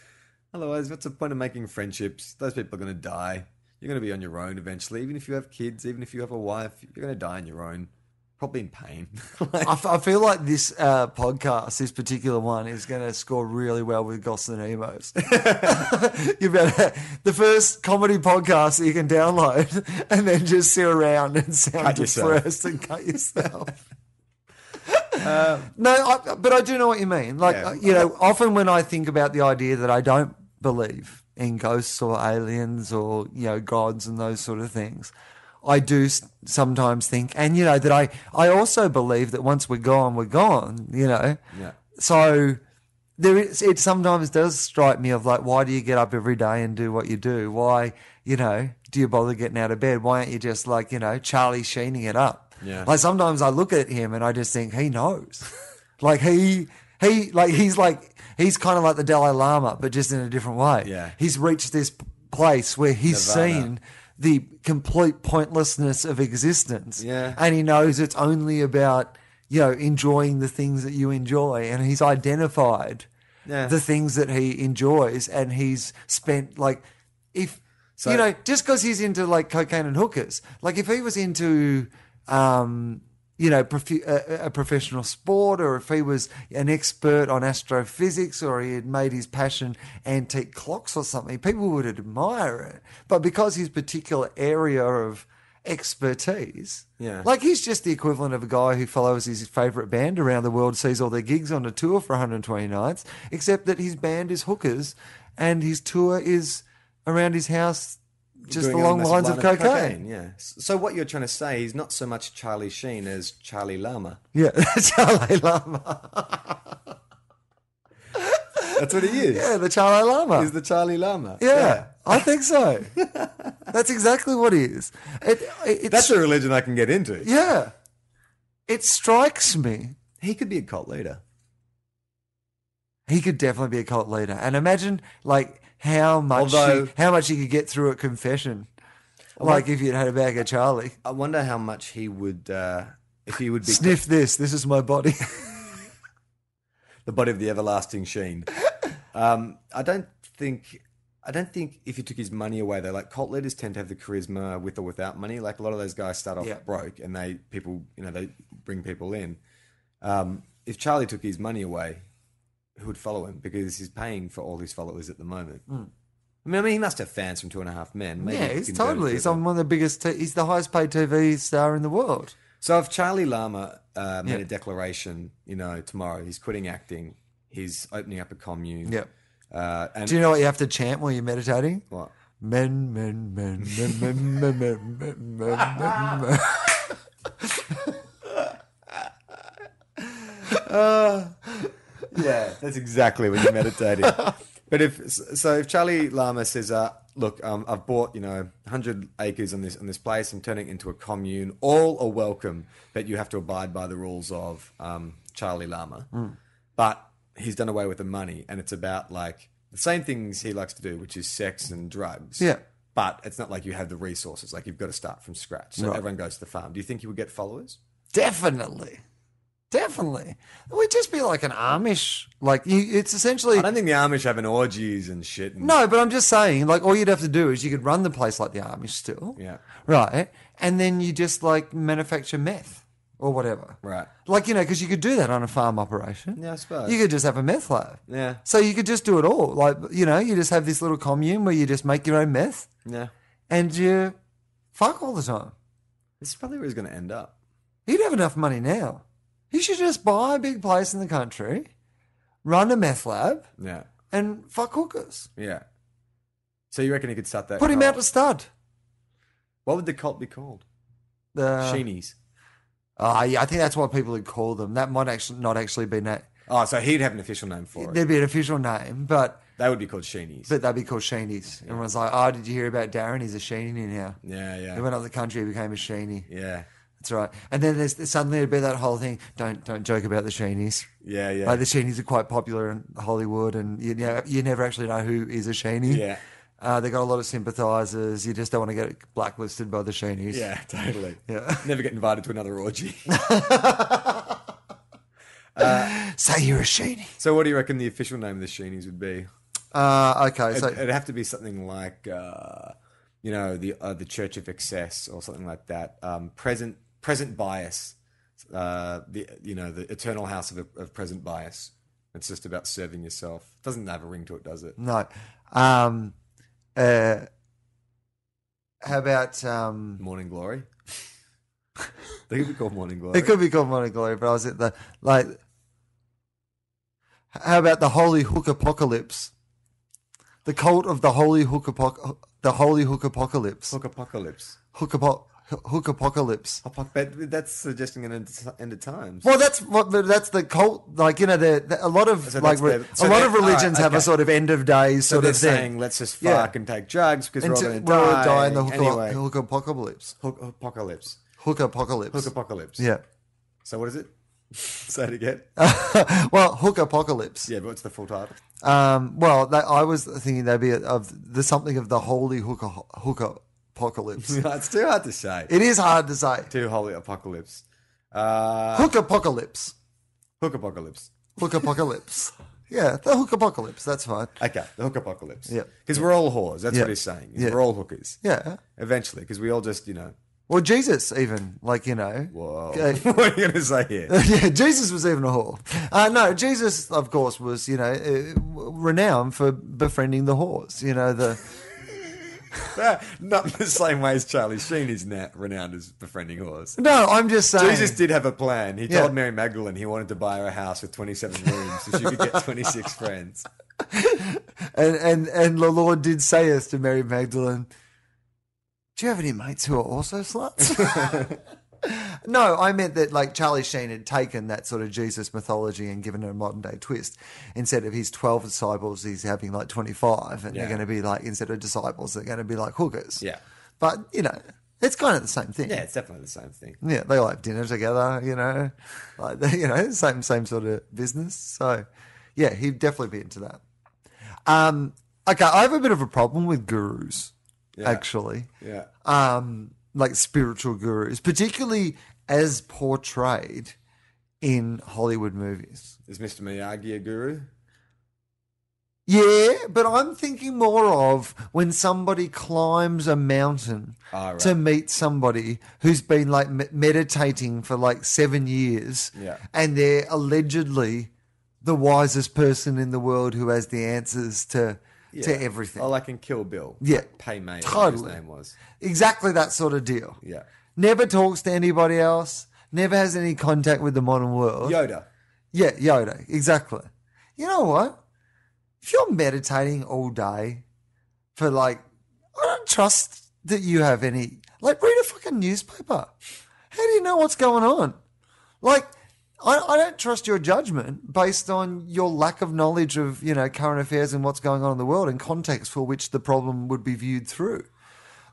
S1: otherwise, what's the point of making friendships? Those people are going to die. You're going to be on your own eventually. Even if you have kids, even if you have a wife, you're going to die on your own, probably in pain. *laughs* Like-
S2: I, f- I feel like this uh, podcast, this particular one, is going to score really well with Goss and Emos. *laughs* you better the first comedy podcast that you can download, and then just sit around and sound
S1: Cut yourself.
S2: depressed and cut yourself. no, I, but I do know what you mean. Like
S1: Yeah.
S2: you know, often when I think about the idea that I don't believe and ghosts or aliens or you know gods and those sort of things. I do s- sometimes think, and you know that I I also believe that once we're gone, we're gone. You know,
S1: Yeah.
S2: so there is, it sometimes does strike me of like, why do you get up every day and do what you do? Why, you know, do you bother getting out of bed? Why aren't you just like, you know, Charlie Sheening it up?
S1: Yeah.
S2: Like sometimes I look at him and I just think he knows. *laughs* like he, he, like he's like, he's kind of like the Dalai Lama, but just in a different way.
S1: Yeah.
S2: He's reached this p- place where he's
S1: Nirvana.
S2: seen the complete pointlessness of existence
S1: Yeah.
S2: and he knows it's only about you know enjoying the things that you enjoy and he's identified
S1: Yeah.
S2: the things that he enjoys and he's spent like if
S1: So-
S2: you know just because he's into like cocaine and hookers like if he was into um you know prof- a, a professional sport or if he was an expert on astrophysics or he had made his passion antique clocks or something people would admire it but because his particular area of expertise
S1: Yeah.
S2: like he's just the equivalent of a guy who follows his favorite band around the world, sees all their gigs on a tour for 120 nights, except that his band is hookers and his tour is around his house just
S1: doing
S2: along
S1: a massive
S2: lines of
S1: line
S2: cocaine.
S1: Yeah. S- So what you're trying to say is not so much Charlie Sheen as Charlie Lama.
S2: Yeah, *laughs* Charlie Lama.
S1: That's what he is.
S2: *laughs* Yeah, the Charlie Lama.
S1: He's the Charlie Lama.
S2: yeah, I
S1: *laughs*
S2: think so. That's exactly what he is. It, it,
S1: That's
S2: it's,
S1: a religion I can get into.
S2: yeah. It strikes me
S1: He could be a cult leader.
S2: He could definitely be a cult leader. And imagine like how much
S1: Although-
S2: he, how much he could get through at confession.
S1: wonder-
S2: Like if you'd had a bag of Charlie.
S1: I wonder how much he would, uh, if he would be
S2: Sniff this, this is my body.
S1: the body of the everlasting Sheen. Um, I don't think. I don't think if you took his money away, though, like cult leaders tend to have the charisma with or without money. Like a lot of those guys start off
S2: Yeah.
S1: broke, and they people, you know, they bring people in. Um, if Charlie took his money away, who would follow him? Because he's paying for all his followers at the moment. I mean, I mean, he must have fans from Two and a Half Men. Maybe
S2: Hmm. *laughs* yeah,
S1: he
S2: he's
S1: can go
S2: totally.
S1: to
S2: He's
S1: the-
S2: on one of the biggest t- he's the highest paid TV star in the world.
S1: so if Charlie Lama uh, made
S2: Yeah.
S1: a declaration, you know, tomorrow he's quitting acting, he's opening up a commune.
S2: Yeah.
S1: Uh, and
S2: Do you know what you have to chant while you're meditating?
S1: what?
S2: Men, men, men, men, men, men, men, men, men,
S1: *laughs*
S2: men, men.
S1: Yeah, that's exactly when you're meditating. *laughs* but if so, if Charlie Lama says, uh, "Look, um, I've bought you know 100 acres on this on this place. I'm turning it into a commune. All are welcome, but you have to abide by the rules of um, Charlie Lama." But he's done away with the money, and it's about like the same things he likes to do, which is sex and drugs.
S2: Yeah.
S1: But it's not like you have the resources. Like you've got to start from scratch. So
S2: Right.
S1: everyone goes to the farm. Do you think you would get followers?
S2: Definitely. Definitely. We'd just be like an Amish. Like you, it's essentially
S1: I don't think the Amish have an orgies and shit. And,
S2: No, but I'm just saying, like, all you'd have to do is you could run the place like the Amish still.
S1: Yeah.
S2: Right. And then you just, like, manufacture meth or whatever.
S1: Right.
S2: Like, you know, because you could do that on a farm operation.
S1: Yeah, I suppose.
S2: You could just have a meth lab.
S1: Yeah.
S2: So you could just do it all. Like, you know, you just have this little commune where you just make your own meth
S1: Yeah.
S2: and you fuck all the time.
S1: This is probably where he's going to end up.
S2: He'd have enough money now. He should just buy a big place in the country, run a meth lab,
S1: Yeah.
S2: and fuck hookers.
S1: Yeah. So you reckon he could start that?
S2: Put him out
S1: cult?
S2: to stud.
S1: What would the cult be called?
S2: The
S1: Sheenies.
S2: Uh, yeah, I think that's what people would call them. That might actually not actually be na-
S1: Oh, so he'd have an official name for it.
S2: there'd be an official name, but
S1: They would be called Sheenies.
S2: but they'd be called Sheenies. Everyone's like, "Oh, did you hear about Darren? He's a Sheenie now.
S1: yeah,
S2: He
S1: yeah,
S2: went out of the country, he became a Sheenie.
S1: yeah,
S2: That's right." And then there's suddenly it'd be that whole thing. Don't don't joke about the Sheenies.
S1: yeah, yeah,
S2: Like the Sheenies are quite popular in Hollywood, and you know you never actually know who is a Sheenie.
S1: yeah,
S2: uh, they got a lot of sympathisers. You just don't want to get blacklisted by the Sheenies.
S1: yeah. Totally.
S2: Yeah.
S1: Never get invited to another *laughs* orgy.
S2: Say you're a Sheenie.
S1: so what do you reckon the official name of the Sheenies would be?
S2: Uh, okay,
S1: It'd,
S2: so
S1: it'd have to be something like, uh, you know, the uh, the Church of Excess or something like that. Um, present present bias. Uh, the you know the eternal house of, of present bias. It's just about serving yourself. Doesn't have a ring to it, does it?
S2: No. Um, uh, how about um,
S1: Morning Glory. *laughs* they could be called Morning Glory.
S2: it could be called Morning Glory, but I was at the like. How about the Holy Hook Apocalypse? The cult of the holy hook apoc- the holy hook apocalypse.
S1: Hook apocalypse.
S2: Hook, apo- hook apocalypse.
S1: Apoc- but that's suggesting an end, end of times.
S2: Well, that's what but that's the cult. Like you know, the, the- a lot of
S1: So
S2: like
S1: that's
S2: re-
S1: the- so
S2: a lot
S1: they-
S2: of religions
S1: alright,
S2: have a
S1: okay.
S2: sort of end of days
S1: so
S2: sort
S1: they're
S2: of thing.
S1: saying, let's just fuck
S2: Yeah.
S1: and take drugs because we're all
S2: Until-
S1: going to
S2: we'll
S1: die.
S2: die in the hook,
S1: anyway.
S2: hook apocalypse.
S1: Hook apocalypse.
S2: Hook apocalypse.
S1: Hook apocalypse.
S2: yeah.
S1: So what is it? *laughs* Say it again.
S2: *laughs* well, hook apocalypse.
S1: yeah, but what's the full title? *laughs*
S2: Um, well, that, I was thinking that'd be of the something of the holy hook hook *laughs* apocalypse.
S1: it's too hard to say.
S2: it is hard to say.
S1: Too holy apocalypse. Uh,
S2: Hook apocalypse.
S1: hook apocalypse.
S2: Hook *laughs* apocalypse. yeah, the hook apocalypse. That's fine.
S1: Okay, the hook apocalypse.
S2: Yeah.
S1: Because we're all whores. That's
S2: Yeah.
S1: what he's saying. is
S2: Yeah.
S1: We're all hookers.
S2: Yeah.
S1: Eventually, because we all just, you know,
S2: Well, Jesus, even like you know.
S1: whoa. *laughs*
S2: Okay.
S1: what are you going to say here?
S2: *laughs*
S1: *laughs*
S2: yeah, Jesus was even a whore. Uh, no, Jesus, of course, was you know uh, renowned for befriending the whores. You know the
S1: Not in the same way as Charlie Sheen is now renowned as befriending whores.
S2: *laughs* no, I'm *laughs* just saying.
S1: Jesus did have a plan. He
S2: Yeah.
S1: told Mary Magdalene he wanted to buy her a house with 27 rooms so she could get 26 *laughs* friends.
S2: and and and the Lord did say us to Mary Magdalene, "Do you have any mates who are also sluts?"
S1: *laughs*
S2: no, I meant that like Charlie Sheen had taken that sort of Jesus mythology and given it a modern day twist. Instead of his twelve disciples, he's having like twenty five, and
S1: Yeah.
S2: they're going to be like instead of disciples, they're going to be like hookers.
S1: Yeah.
S2: but you know, it's kind of the same thing.
S1: Yeah, it's definitely the same thing.
S2: Yeah, they all have dinner together, you know, like *laughs* they- you know, same same sort of business. So, yeah, he'd definitely be into that. Um, okay, I have a bit of a problem with gurus,
S1: Yeah.
S2: actually,
S1: Yeah.
S2: um, like spiritual gurus, particularly as portrayed in Hollywood movies.
S1: Is Mr. Miyagi a guru?
S2: Yeah, but I'm thinking more of when somebody climbs a mountain
S1: Ah, right.
S2: to meet somebody who's been like me- meditating for like seven years,
S1: Yeah.
S2: and they're allegedly the wisest person in the world who has the answers to to everything.
S1: Oh, like in Kill Bill.
S2: Yeah.
S1: Like Pay May.
S2: Totally.
S1: His name was.
S2: exactly that sort of deal.
S1: Yeah.
S2: Never talks to anybody else. Never has any contact with the modern world.
S1: Yoda.
S2: Yeah, Yoda, exactly. You know what? If you're meditating all day for like, I don't trust that you have any. Like, read a fucking newspaper. How do you know what's going on? Like, I, I don't trust your judgment based on your lack of knowledge of, you know, current affairs and what's going on in the world and context for which the problem would be viewed through.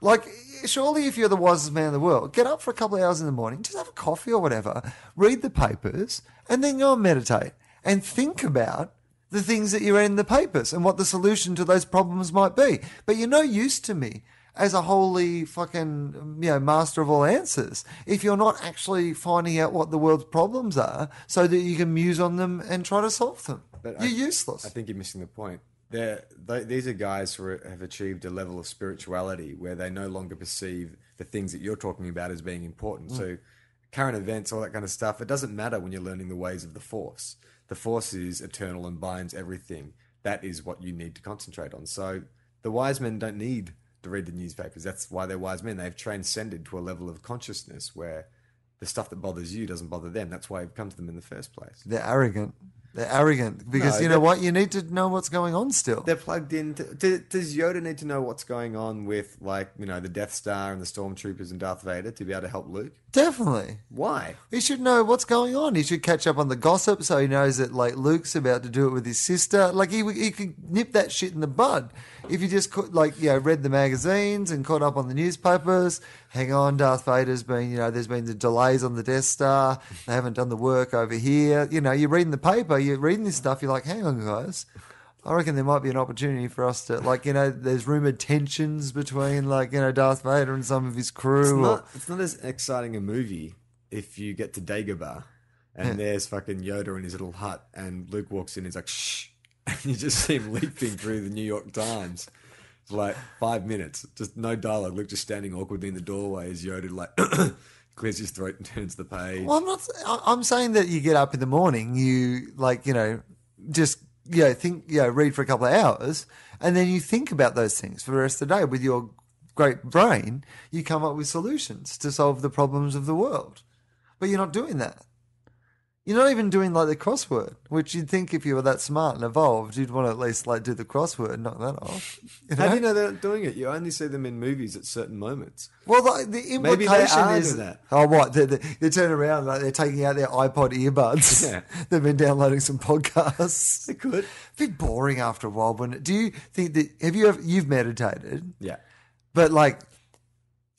S2: Like, surely if you're the wisest man in the world, get up for a couple of hours in the morning, just have a coffee or whatever, read the papers, and then go and meditate and think about the things that you read in the papers and what the solution to those problems might be. But you're no use to me as a holy fucking you know master of all answers if you're not actually finding out what the world's problems are so that you can muse on them and try to solve them.
S1: But I-
S2: you're useless.
S1: I think you're missing the point. They're, they, these are guys who are, have achieved a level of spirituality where they no longer perceive the things that you're talking about as being important. So, current events, all that kind of stuff, it doesn't matter when you're learning the ways of the Force. The Force is eternal and binds everything. That is what you need to concentrate on. So, the wise men don't need to read the newspapers. That's why they're wise men. They've transcended to a level of consciousness where the stuff that bothers you doesn't bother them. That's why it comes to them in the first place.
S2: They're arrogant. They're arrogant because
S1: No,
S2: you know
S1: they're-
S2: what? You need to know what's going on still.
S1: they're plugged in. To, do- does Yoda need to know what's going on with, like, you know, the Death Star and the Stormtroopers and Darth Vader to be able to help Luke?
S2: Definitely.
S1: Why?
S2: He should know what's going on. He should catch up on the gossip so he knows that like Luke's about to do it with his sister. Like he he could nip that shit in the bud if you just cou- like you know read the magazines and caught up on the newspapers. Hang on, Darth Vader's been you know there's been the delays on the Death Star. They haven't done the work over here. You know you're reading the paper, you're reading this stuff. You're like, hang on, guys. I reckon there might be an opportunity for us to like you know there's rumored tensions between like you know Darth Vader and some of his crew.
S1: It's
S2: or-
S1: not, it's not as exciting a movie if you get to Dagobah and there's fucking Yoda in his little hut and Luke walks in, he's like, shh. *laughs* And you just see him leaping through the New York Times for like five minutes. Just no dialogue. Luke just standing awkwardly in the doorway as Yoda, like, *clears throat* clears his throat and turns the page.
S2: Well, I'm not. I- I'm saying that you get up in the morning, you like, you know, just you know, think, you know, read for a couple of hours, and then you think about those things for the rest of the day with your great brain. You come up with solutions to solve the problems of the world, but you're not doing that. You're not even doing like the crossword, which you'd think if you were that smart and evolved, you'd want to at least like do the crossword and knock that off. You
S1: How do
S2: know?
S1: you know they're not doing it? You only see them in movies at certain moments.
S2: Well, the, the
S1: Maybe they
S2: implication
S1: are
S2: is
S1: doing that.
S2: Oh, what? They, they, they turn around like they're taking out their iPod
S1: *laughs*
S2: earbuds.
S1: Yeah.
S2: *laughs* They've been downloading some podcasts. *laughs*
S1: They could.
S2: A bit boring after a while. When do you think that? Have you ever, you've meditated?
S1: Yeah.
S2: But like,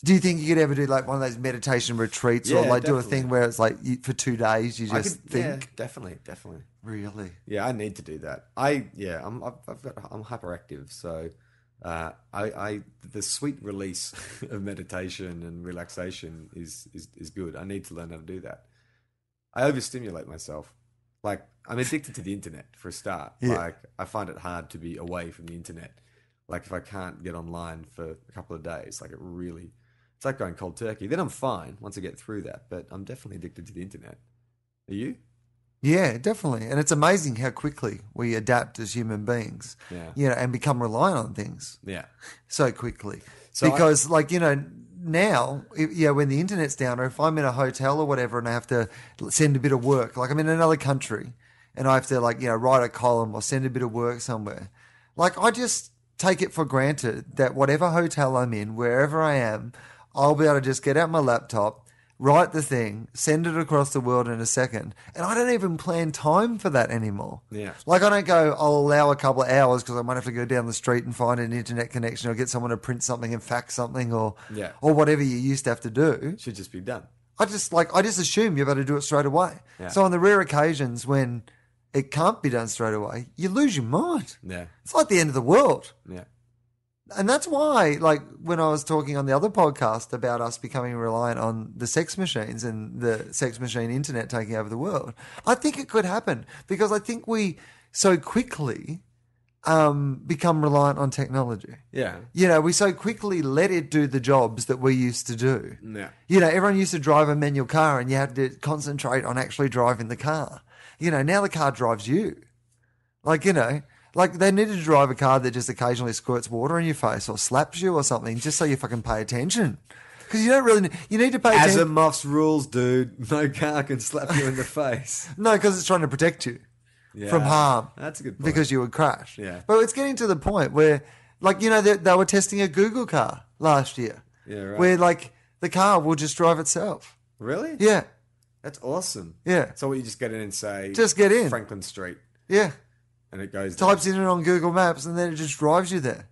S2: do you think you could ever do like one of those meditation retreats or
S1: Yeah,
S2: like do a
S1: definitely.
S2: thing where it's like you, for two days you
S1: I
S2: just
S1: could- yeah,
S2: think?
S1: definitely, definitely.
S2: Really?
S1: Yeah, I need to do that. I yeah, I'm I've, I've got I'm hyperactive, so uh, I I the sweet release *laughs* of meditation and relaxation is is is good. I need to learn how to do that. I overstimulate myself. Like I'm addicted to the internet for a start.
S2: Yeah.
S1: Like I find it hard to be away from the internet. Like if I can't get online for a couple of days, like it really it's like going cold turkey. Then I'm fine once I get through that, but I'm definitely addicted to the internet. Are you?
S2: Yeah, definitely. And it's amazing how quickly we adapt as human beings.
S1: Yeah.
S2: You know, and become reliant on things.
S1: Yeah.
S2: so quickly
S1: So I-
S2: because like you know now if, yeah when the internet's down or if i'm in a hotel or whatever and i have to l- send a bit of work like i'm in another country and i have to like you know write a column or send a bit of work somewhere like i just take it for granted that whatever hotel i'm in wherever i am i'll be able to just get out my laptop write the thing send it across the world in a second and i don't even plan time for that anymore
S1: Yeah.
S2: like I don't go. I'll allow a couple of hours because I might have to go down the street and find an internet connection, or get someone to print something and fax something, or
S1: Yeah.
S2: or whatever you used to have to do.
S1: Should just be done.
S2: I just like I just assume you're able to do it straight away.
S1: Yeah.
S2: So on the rare occasions when it can't be done straight away, you lose your mind.
S1: Yeah.
S2: It's like the end of the world.
S1: Yeah.
S2: And that's why, like, when I was talking on the other podcast about us becoming reliant on the sex machines and the sex machine internet taking over the world, I think it could happen because I think we so quickly um, become reliant on technology.
S1: Yeah.
S2: You know, we so quickly let it do the jobs that we used to do.
S1: Yeah.
S2: You know, everyone used to drive a manual car and you had to concentrate on actually driving the car. You know, now the car drives you. Like, you know, like they needed to drive a car that just occasionally squirts water in your face or slaps you or something just so you fucking pay attention. Because you don't really, you need to pay
S1: As a
S2: attention.
S1: muff's rules, dude, *laughs* no car can slap you in the face
S2: no, because it's trying to protect you
S1: *laughs* Yeah.
S2: from harm.
S1: That's a good point.
S2: Because you would crash.
S1: Yeah.
S2: But it's getting to the point where, like, you know, they, they were testing a Google car last year.
S1: Yeah, right.
S2: Where, like, the car will just drive itself.
S1: really?
S2: Yeah.
S1: That's awesome.
S2: Yeah.
S1: So what, you just get in and say,
S2: Just get in.
S1: Franklin Street,
S2: Yeah.
S1: and it goes. down.
S2: types it in on Google Maps and then it just drives you there.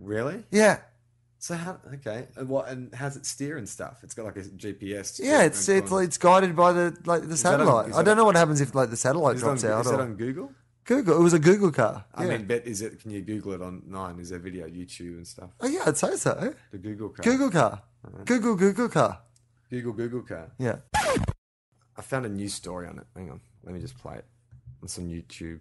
S1: Really?
S2: Yeah.
S1: So how? Okay. And what? And how's it steer and stuff? It's got like a GPS.
S2: Yeah, it's it's
S1: on-
S2: it's guided by the like the
S1: that on-
S2: satellite.
S1: is
S2: I
S1: that
S2: don't
S1: on-
S2: know what happens if like the satellite
S1: is it on,
S2: drops
S1: is
S2: out
S1: that
S2: or
S1: on Google?
S2: Google. It was a Google car.
S1: I
S2: yeah.
S1: mean, bet is it? Can you Google it on Nine? Is there video, YouTube, and stuff?
S2: oh, yeah, I'd say so.
S1: The Google car.
S2: Google car. Google Google car.
S1: Google Google car.
S2: Yeah.
S1: I found a new story on it. Hang on. Let me just play it. It's on YouTube.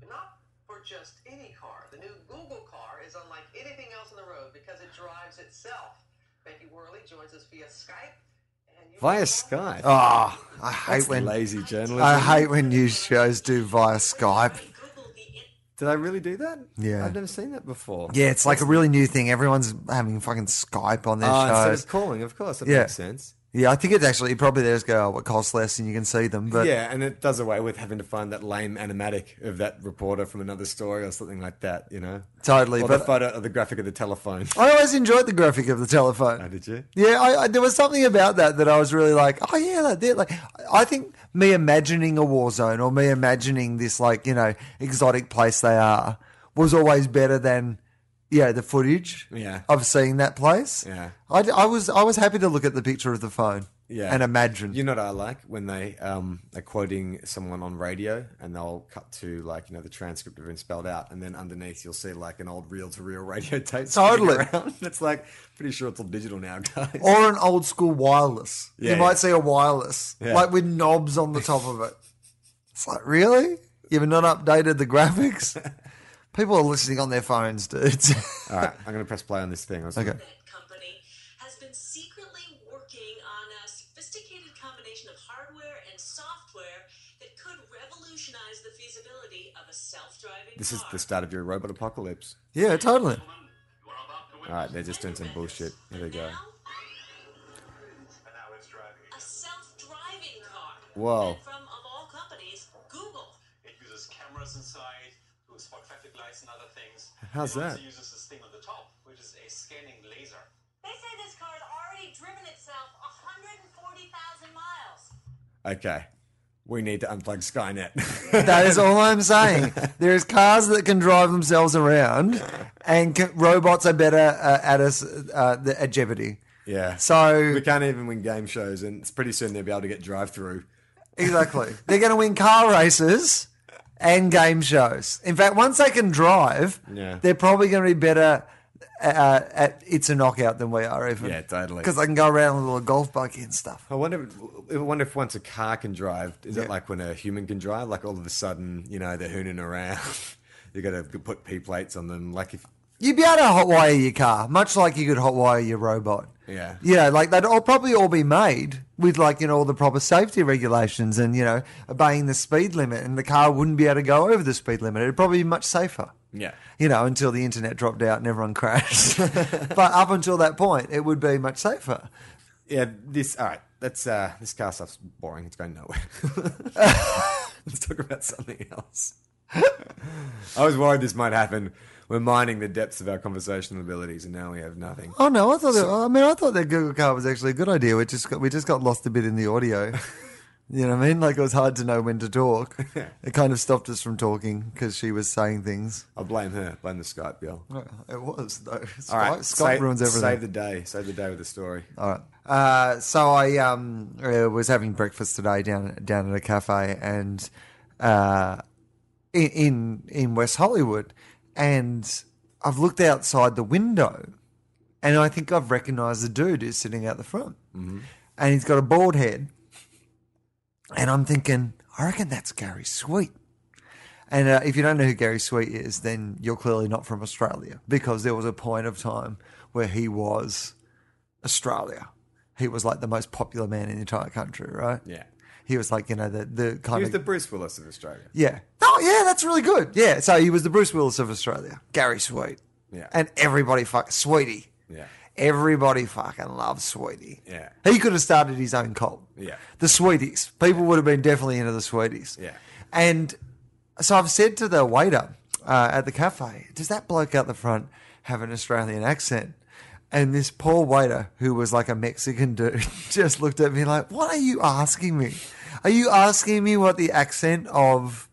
S3: But not for just any car. The new Google car is unlike anything else on the road because it drives itself. Becky Worley joins us via Skype. And you-
S1: Via Skype.
S2: Oh, I hate
S1: That's
S2: when
S1: lazy journalism.
S2: I hate when news shows do via Skype.
S1: Did I really do that?
S2: Yeah.
S1: I've never seen that before.
S2: Yeah, it's like a really new thing. Everyone's having fucking Skype on their
S1: Oh, instead
S2: shows.
S1: of calling, of course. That
S2: Yeah.
S1: makes sense.
S2: Yeah, I think it's actually probably there's go, oh, it costs less and you can see them. But
S1: yeah, and it does away with having to find that lame animatic of that reporter from another story or something like that, you know?
S2: totally.
S1: Or the
S2: but
S1: photo or the graphic of the telephone. *laughs*
S2: I always enjoyed the graphic of the telephone.
S1: Oh, did you?
S2: Yeah, I, I, there was something about that that I was really like, oh yeah, that, that- like I think me imagining a war zone or me imagining this like you know exotic place they are was always better than yeah the footage
S1: Yeah.
S2: of seeing that place.
S1: Yeah.
S2: I, d- I was I was happy to look at the picture of the phone
S1: Yeah.
S2: and imagine
S1: You know what I like when they um, are quoting someone on radio and they'll cut to like you know the transcript of been spelled out, and then underneath you'll see like an old reel-to-reel radio *laughs* tape. spinning
S2: Totally. Oh.
S1: around. *laughs* It's like pretty sure it's all digital now, guys.
S2: or an old school wireless.
S1: Yeah,
S2: you
S1: yeah.
S2: might see a wireless
S1: Yeah.
S2: like with knobs on the top of it. It's like really you've not updated the
S1: *laughs*
S2: graphics. People are listening on their phones, dudes. *laughs*
S1: all right, I'm gonna press play on this thing. I was
S2: Okay.
S4: Alphabet company has been secretly working on a sophisticated combination of hardware and software that could revolutionize the feasibility of a self-driving
S1: This is
S4: car.
S1: the start of your robot apocalypse.
S2: Yeah, totally.
S1: All right, they're just doing some bullshit. Here they go.
S4: Now, a self-driving car.
S1: Whoa.
S4: And from, of
S5: cameras inside to spot traffic lights and other things.
S1: How's
S5: it
S1: that?
S5: also uses this thing on the top, which is a scanning laser.
S4: They say this car's already driven itself 140,000 miles.
S1: Okay. We need to unplug Skynet.
S2: *laughs* That is all I'm saying. There is cars that can drive themselves around, and c robots are better uh, at us uh, th- at Jeopardy.
S1: *laughs* yeah.
S2: So
S1: we can't even win game shows, and it's pretty soon they'll be able to get drive through.
S2: exactly, they're going to win car races and game shows. In fact, once they can drive,
S1: Yeah.
S2: they're probably going to be better uh, at it's a knockout than we are even.
S1: Yeah, totally.
S2: Because they can go around with a little golf buggy and stuff.
S1: I wonder. I wonder if once a car can drive, is
S2: Yeah.
S1: it like when a human can drive? Like all of a sudden, you know, they're hooning around. *laughs* you got to put P plates on them. Like if
S2: You'd be able to hotwire your car, much like you could hotwire your robot.
S1: Yeah.
S2: You know, like they'd all probably all be made with like, you know, all the proper safety regulations and, you know, obeying the speed limit and the car wouldn't be able to go over the speed limit. It'd probably be much safer.
S1: yeah,
S2: You know, until the internet dropped out and everyone *laughs* crashed. but up until that point, it would be much safer.
S1: yeah. This all right. That's uh, this car stuff's boring. It's going nowhere. *laughs* Let's talk about something else. *laughs* I was worried this might happen. We're mining the depths of our conversational abilities, and now we have nothing.
S2: Oh no, I thought that, I mean I thought that Google car was actually a good idea. We just got we just got lost a bit in the *laughs* audio. you know what I mean? Like it was hard to know when to *laughs* talk. It kind of stopped us from talking because she was saying things.
S1: I blame her. Blame the Skype girl.
S2: It was though.
S1: All right,
S2: Scott
S1: save-
S2: ruins everything.
S1: Save the day. Save the day with the story.
S2: All right. Uh, so I um uh, was having breakfast today down down at a cafe and uh in in, in West Hollywood, and I've looked outside the window, and I think I've recognised the dude who's sitting out the front, mm-hmm. and he's got a bald head, and I'm thinking, I reckon that's Gary Sweet. And uh, if you don't know who Gary Sweet is, then you're clearly not from Australia because there was a point of time where he was Australia. He was like the most popular man in the entire country, right?
S1: Yeah.
S2: He was like, you know, the, the kind
S1: He
S2: of.
S1: was the Bruce Willis of Australia.
S2: Yeah. Oh, yeah, that's really good. Yeah. So he was the Bruce Willis of Australia, Gary Sweet.
S1: Yeah.
S2: And everybody fuck Sweetie.
S1: Yeah.
S2: Everybody fucking loves Sweetie.
S1: Yeah.
S2: He could have started his own cult.
S1: Yeah.
S2: The Sweeties. People would have been definitely into the Sweeties.
S1: Yeah.
S2: And so I've said to the waiter uh, at the cafe, does that bloke out the front have an Australian accent? And this poor waiter, who was like a Mexican *laughs* dude, just looked at me like, what are you asking me? Are you asking me what the accent of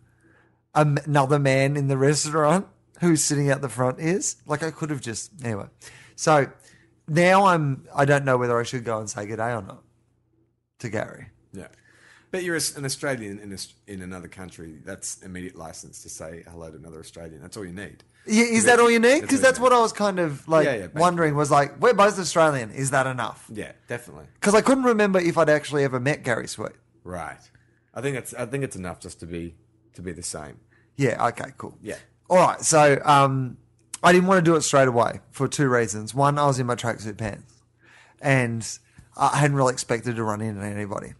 S2: am- another man in the restaurant who's sitting out the front is. Like I could have just anyway. So now I'm I don't know whether I should go and say good day or not to Gary.
S1: Yeah. But you're an Australian in, Aus- in another country. That's immediate license to say hello to another Australian. That's all you need.
S2: Yeah, is that all you
S1: That's
S2: need? Because
S1: all you
S2: that's
S1: need.
S2: what I was kind of like
S1: Yeah, yeah, basically.
S2: wondering. Was like, we're both Australian. Is that enough?
S1: Yeah, definitely.
S2: Because I couldn't remember if I'd actually ever met Gary Sweet.
S1: Right. I think that's. I think it's enough just to be to be the same.
S2: Yeah. Okay. Cool.
S1: Yeah.
S2: All right. So um, I didn't want to do it straight away for two reasons. One, I was in my tracksuit pants, and I hadn't really expected to run into anybody,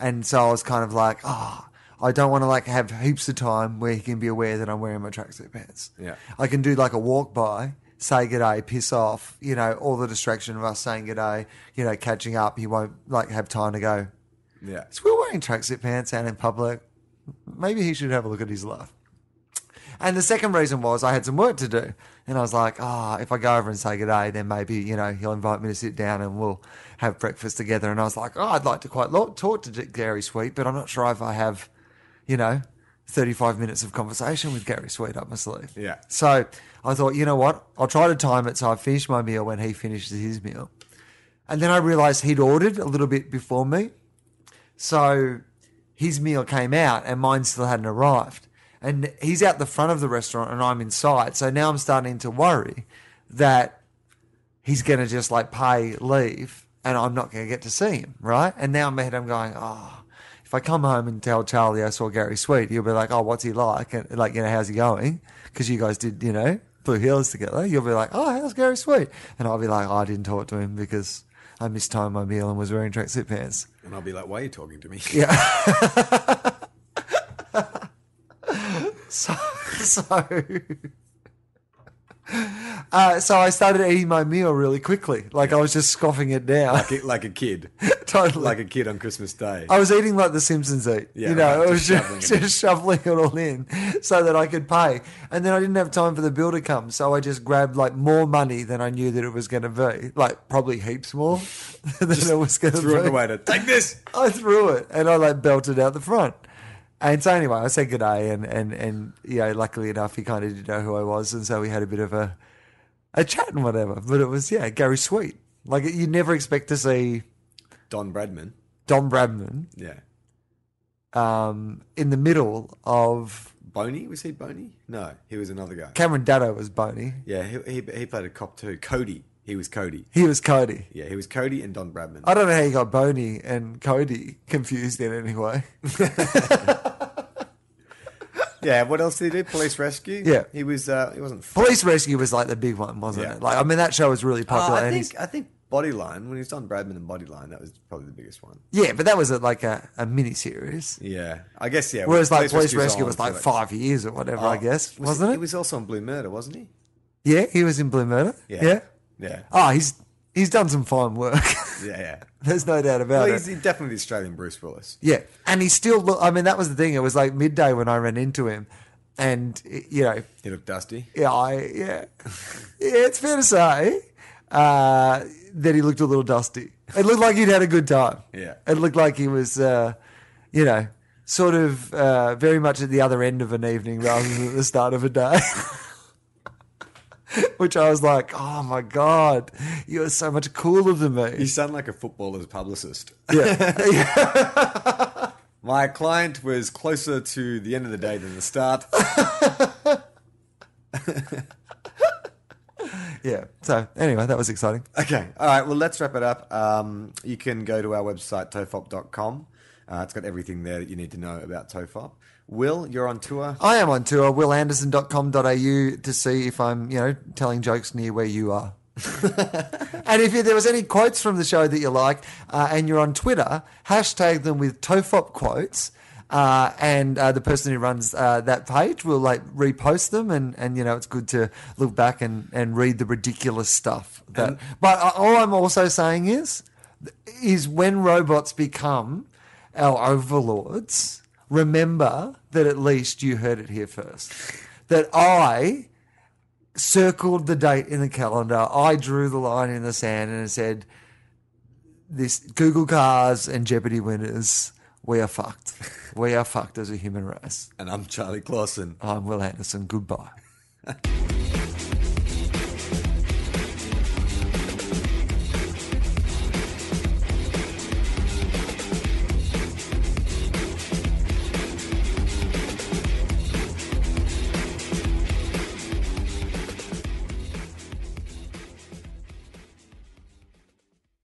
S2: and so I was kind of like, ah. I don't want to like have heaps of time where he can be aware that I'm wearing my tracksuit pants.
S1: Yeah.
S2: I can do like a walk by, say good day, piss off, you know, all the distraction of us saying good day, you know, catching up. He won't like have time to go.
S1: Yeah.
S2: So we're wearing tracksuit pants out in public. Maybe he should have a look at his life. And the second reason was I had some work to do. And I was like, ah, if I go over and say good day, then maybe, you know, he'll invite me to sit down and we'll have breakfast together. And I was like, oh, I'd like to quite lo- talk to Dick- Gary Sweet, but I'm not sure if I have, you know, 35 minutes of conversation with Gary Sweet up my sleeve.
S1: Yeah.
S2: So I thought, you know what? I'll try to time it so I finish my meal when he finishes his meal. And then I realized he'd ordered a little bit before me. So his meal came out and mine still hadn't arrived. And he's out the front of the restaurant and I'm inside. So now I'm starting to worry that he's going to just like pay leave and I'm not going to get to see him, right? And now in my head I'm going, oh, if I come home and tell Charlie I saw Gary Sweet, he'll be like, oh, what's he like? And like, you know, how's he going? Because you guys did, you know, Blue Hills together. You'll be like, oh, how's Gary Sweet? And I'll be like, oh, I didn't talk to him because I mistimed my meal and was wearing tracksuit pants.
S1: And I'll be like, why are you talking to me? *laughs*
S2: So, *laughs* so, uh, so I started eating my meal really quickly. Like I was just scoffing it
S1: *laughs*
S2: down.
S1: like, a, like a kid.
S2: *laughs* totally.
S1: like a kid on Christmas Day. *laughs*
S2: I was eating like the Simpsons eat.
S1: Yeah,
S2: you know,
S1: right,
S2: I *laughs* was
S1: just
S2: just,
S1: shoveling it
S2: just,
S1: in.
S2: shoveling it all in so that I could pay. And then I didn't have time for the bill to come, so I just grabbed like more money than I knew that it was going to be, like probably heaps more *laughs* than it was going to be.
S1: Threw it away to *laughs* take this.
S2: I threw it and I like belted out the front. And so anyway, I said good day and and and you know, luckily enough, he kind of did know who I was, and so we had a bit of a a chat and whatever. But it was yeah, Gary Sweet. Like you never expect to see
S1: Don Bradman.
S2: Don Bradman
S1: Yeah.
S2: um, in the middle of
S1: Boney was he Boney? No, he was another guy.
S2: Cameron Dado was Boney.
S1: yeah, he, he he played a cop too. Cody. He was Cody.
S2: He was Cody.
S1: Yeah, he was Cody and Don Bradman.
S2: I don't know how you got Boney and Cody confused in any way.
S1: Yeah, what else did he do? Police rescue.
S2: Yeah.
S1: he was. Uh, he wasn't.
S2: Police Rescue was like the big one, wasn't
S1: Yeah.
S2: it? Like I mean, that show was really
S1: Uh,
S2: popular.
S1: I
S2: and he's-
S1: think. I think Bodyline. When he was on Bradman and Bodyline, that was probably the biggest one.
S2: Yeah, but that was a, like a, a mini series.
S1: Yeah, I guess. Yeah.
S2: Whereas like Police
S1: Rescue's
S2: Rescue
S1: on
S2: was
S1: for,
S2: like five years or whatever, I
S1: Oh,
S2: guess,
S1: was
S2: was not it?
S1: He was also on Blue Murder, wasn't he?
S2: yeah, he was in Blue Murder. Yeah.
S1: Yeah. Yeah.
S2: Oh, he's he's done some fine work. *laughs*
S1: Yeah. Yeah.
S2: There's no doubt about
S1: Well,
S2: it.
S1: he's he's definitely the Australian Bruce Willis.
S2: Yeah, and he still look. I mean, that was the thing. It was like midday when I ran into him, and you know,
S1: He looked dusty.
S2: yeah, I yeah, yeah. It's fair to say uh, that he looked a little dusty. It looked like he'd had a good time.
S1: Yeah.
S2: it looked like he was, uh, you know, sort of uh, very much at the other end of an evening rather than at the start of a day. *laughs* Which I was like, oh my god, you are so much cooler than
S1: You *laughs*
S2: me.
S1: sound like a footballer's publicist.
S2: Yeah.
S1: My client was closer to the end of the day than the start.
S2: yeah. So anyway, that was exciting.
S1: Okay. All right. Well, let's wrap it up. Um, you can go to our website, tofop.com. Uh, it's got everything there that you need to know about Tofop. Will, you're on tour.
S2: I am on tour, willanderson.com.au, to see if I'm, you know, telling jokes near where you are. *laughs* and if there was any quotes from the show that you like uh, and you're on Twitter, hashtag them with TOFOP quotes. Uh, and uh, the person who runs uh, that page will like repost them, and, and you know it's good to look back and, and read the ridiculous stuff. That, but uh, all I'm also saying is, is when robots become our overlords, remember that at least you heard it here first. That I circled the date in the calendar, I drew the line in the sand and said, This Google cars and Jeopardy winners, we are fucked. We are fucked as a human race.
S1: And I'm Charlie Clausen.
S2: I'm Will Anderson. Goodbye.